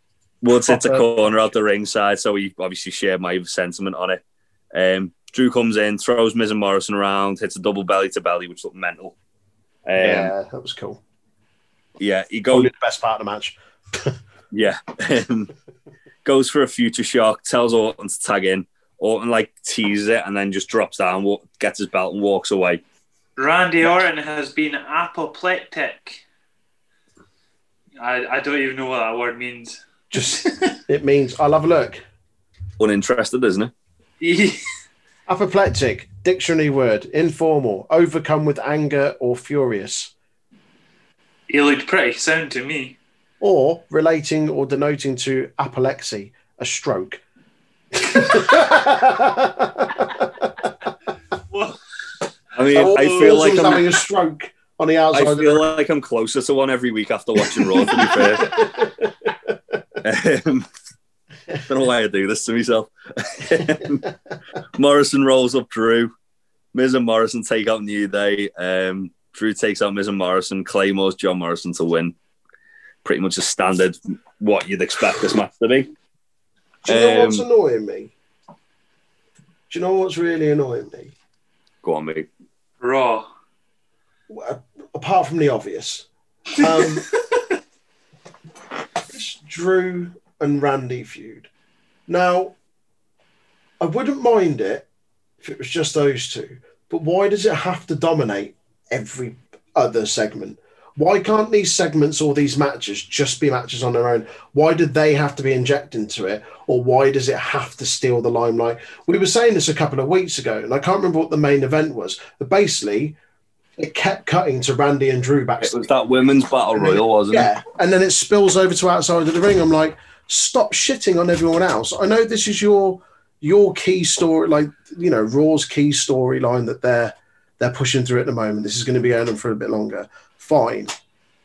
S3: Woods hits a corner out the ringside, so he obviously shared my sentiment on it. Um, Drew comes in, throws Miz and Morrison around, hits a double belly to belly, which looked mental. Um, yeah.
S1: yeah, that was cool.
S3: he goes.
S1: Only the best part of the match.
S3: Yeah. Um, goes for a future shock, tells Orton to tag in. Orton like teases it and then just drops down, wa- gets his belt and walks away.
S2: Randy Orton has been apoplectic. I, I don't even know what that word means.
S1: Just it means I'll have a look.
S3: Uninterested, isn't it?
S1: Apoplectic, dictionary word, informal, overcome with anger or furious,
S2: He looked pretty sound to me.
S1: or relating or denoting to apoplexy, a stroke.
S2: Well,
S3: I mean, I feel like
S1: Orton's Oh, having a
S3: I'm,
S1: stroke on the
S3: I
S1: outside. of the
S3: feel like I'm closer to one every week after watching Raw. To be fair, um, don't know why I do this to myself. Um, Morrison rolls up Drew. Miz and Morrison take out New Day. Um, Drew takes out Miz and Morrison. Claymore's John Morrison to win. Pretty much a standard what you'd expect this match to be.
S1: Do you know what's
S3: Um,
S1: annoying me? Do you know what's really annoying me?
S3: Go on, mate.
S2: raw.
S1: Well, a- Apart from the obvious, um, this Drew and Randy feud. Now, I wouldn't mind it if it was just those two, but why does it have to dominate every other segment? Why can't these segments or these matches just be matches on their own? Why do they have to be injected into it? Or why does it have to steal the limelight? We were saying this a couple of weeks ago, and I can't remember what the main event was, but basically, it kept cutting to Randy and Drew
S3: It
S1: backstage.
S3: was that women's battle royal, wasn't it?
S1: Yeah, and then it spills over to outside of the ring. I'm like, stop shitting on everyone else. I know this is your your key story, like you know Raw's key storyline that they're they're pushing through at the moment. This is going to be on them for a bit longer. Fine,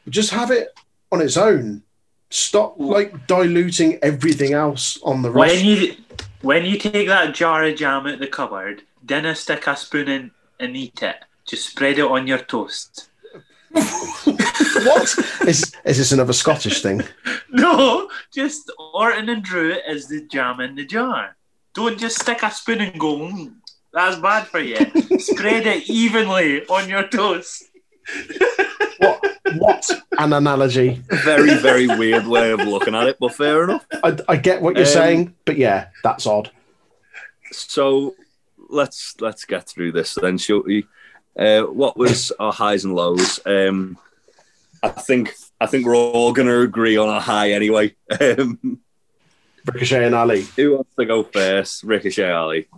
S1: but just have it on its own. Stop like diluting everything else on the roster.
S2: When you when you take that jar of jam out the cupboard, then stick a spoon in and eat it. Just spread it on your toast.
S1: what is is this another Scottish thing?
S2: No, just Orton and Drew is the jam in the jar. Don't just stick a spoon and go. Mm, that's bad for you. spread it evenly on your toast.
S1: What what an analogy.
S3: Very, very weird way of looking at it, but fair enough.
S1: I, I get what you're
S3: Um,
S1: saying, but yeah, that's odd.
S3: so let's let's get through this then, shall we? Uh, what was our highs and lows? Um, I think I think we're all going to agree on a high anyway. Um,
S1: Ricochet and Ali.
S3: who wants to go first? Ricochet Ali.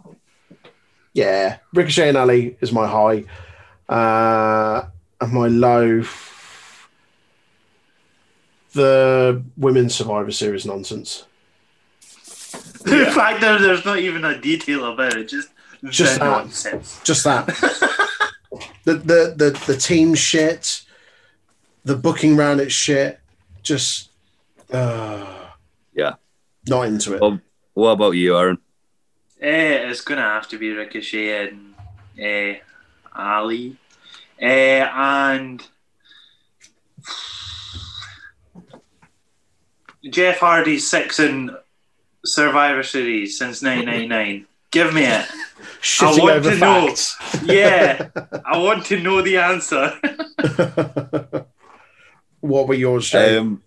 S1: yeah, Ricochet and Ali is my high, uh, and my low. The women's Survivor Series nonsense.
S2: The fact that there's not even a detail about it, just
S1: Just
S2: the
S1: that.
S2: nonsense.
S1: Just that. the, the the the team shit, the booking round it's shit. Just uh,
S3: Yeah.
S1: not into it.
S3: Oh. What about you, Aaron?
S2: Eh, it's gonna have to be Ricochet and eh, Ali, eh, and Jeff Hardy's six in Survivor Series since 1999. Give me it.
S1: Shitting
S2: I want
S1: over
S2: to know.
S1: facts.
S2: Yeah, I want to know the answer.
S1: what were yours, Jay?
S3: Um,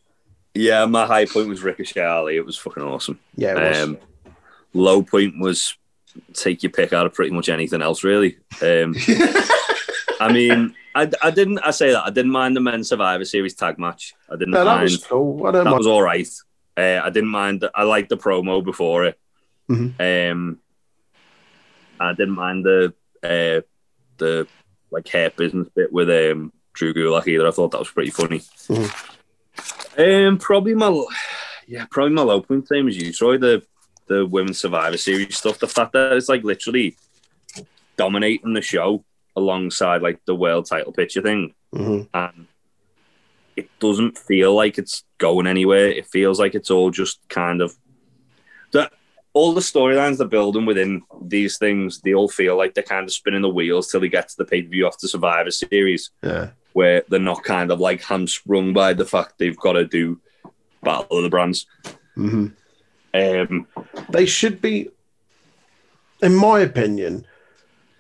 S3: yeah, my high point was Ricochet Ali. It was fucking awesome.
S1: yeah, it was.
S3: Um, low point was take your pick out of pretty much anything else, really. Um, I mean, I, I didn't. I say that I didn't mind the men's Survivor Series tag match. I didn't
S1: no, that
S3: mind.
S1: was cool. I don't
S3: that
S1: mind.
S3: was all right. Uh, I didn't mind. I liked the promo before it. Um, I didn't mind the uh, the like hair business bit with um, Drew Gulak either. I thought that was pretty funny. Um, probably my yeah, probably my low point same as you, Troy. The the women's Survivor Series stuff. The fact that it's like literally dominating the show alongside like the world title picture thing
S1: Mhm.
S3: and it doesn't feel like it's going anywhere. It feels like it's all just kind of that all the storylines they're building within these things, they all feel like they're kind of spinning the wheels till they get to the pay per view after Survivor Series,
S1: Yeah.
S3: where they're not kind of like hamstrung by the fact they've got to do Battle of the Brands.
S1: Mm-hmm.
S3: Um,
S1: they should be in my opinion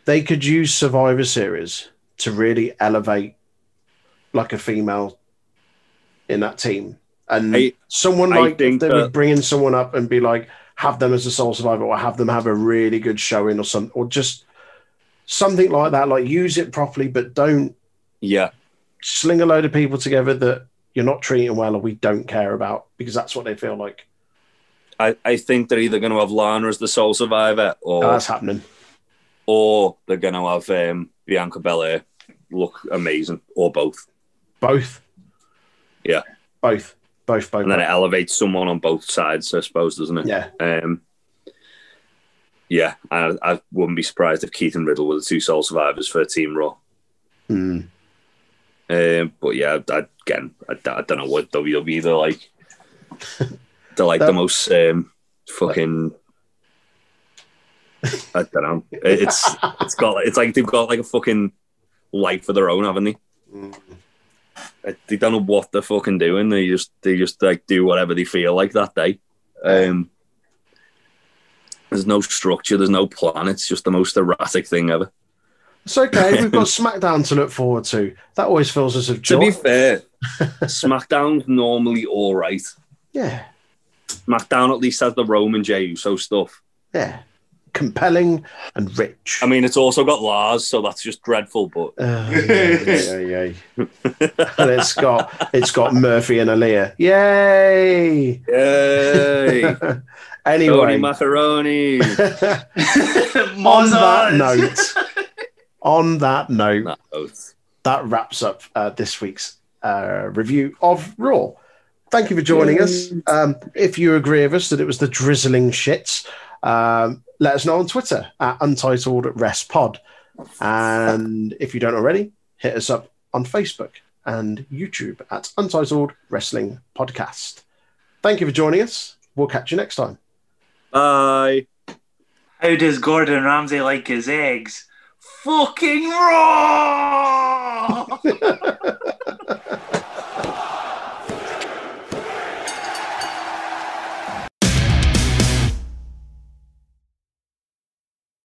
S1: they could use survivor series to really elevate like a female in that team. And
S3: I-
S1: someone
S3: I
S1: like they
S3: think
S1: would
S3: that-
S1: bring in someone up and be like, have them as a sole survivor, or have them have a really good showing, or something, or just something like that. Like use it properly, but don't
S3: Yeah,
S1: sling a load of people together that you're not treating well or we don't care about because that's what they feel like.
S3: I, I think they're either going to have Lana as the sole survivor, or
S1: And that's happening.
S3: or they're going to have um, Bianca Belair look amazing, or both,
S1: Both.
S3: Yeah.
S1: Both. Both. Both.
S3: and then it
S1: both.
S3: elevates someone on both sides, I suppose, doesn't it?
S1: Yeah.
S3: Um, yeah, I, I wouldn't be surprised if Keith and Riddle were the two sole survivors for Team Raw.
S1: Mm.
S3: Um, but yeah, I, again, I, I don't know what WWE they're like. They're like
S1: That-
S3: the most um, fucking. I don't know. It- It's it's got it's like they've got like a fucking life of their own, haven't they?
S1: Mm.
S3: Uh, They don't know what they're fucking doing. They just they just like do whatever they feel like that day. Um, there's no structure. There's no plan. It's just the most erratic thing ever.
S1: It's okay. We've got SmackDown to look forward to. That always fills us with
S3: To
S1: joy.
S3: be fair, SmackDown's normally all right.
S1: yeah.
S3: SmackDown at least has the Roman J Uso stuff.
S1: Yeah. Compelling and rich.
S3: I mean, it's also got Lars, so that's just dreadful. But
S1: Oh, yeah, yeah, yeah, yeah. and it's got it's got Murphy and Aaliyah. Yay!
S3: yay, Tony
S1: anyway,
S3: Macaroni.
S1: on that
S2: Mozart.
S1: note, on that note,
S3: Nah, both.
S1: that wraps up uh, this week's uh, review of Raw. Thank you for joining us. Um, if you agree with us that it was the drizzling shits, um, let us know on Twitter at Untitled Rest Pod. And if you don't already, hit us up on Facebook and YouTube at Untitled Wrestling Podcast. Thank you for joining us. We'll catch you next time.
S3: Bye.
S2: How does Gordon Ramsay like his eggs? Fucking raw!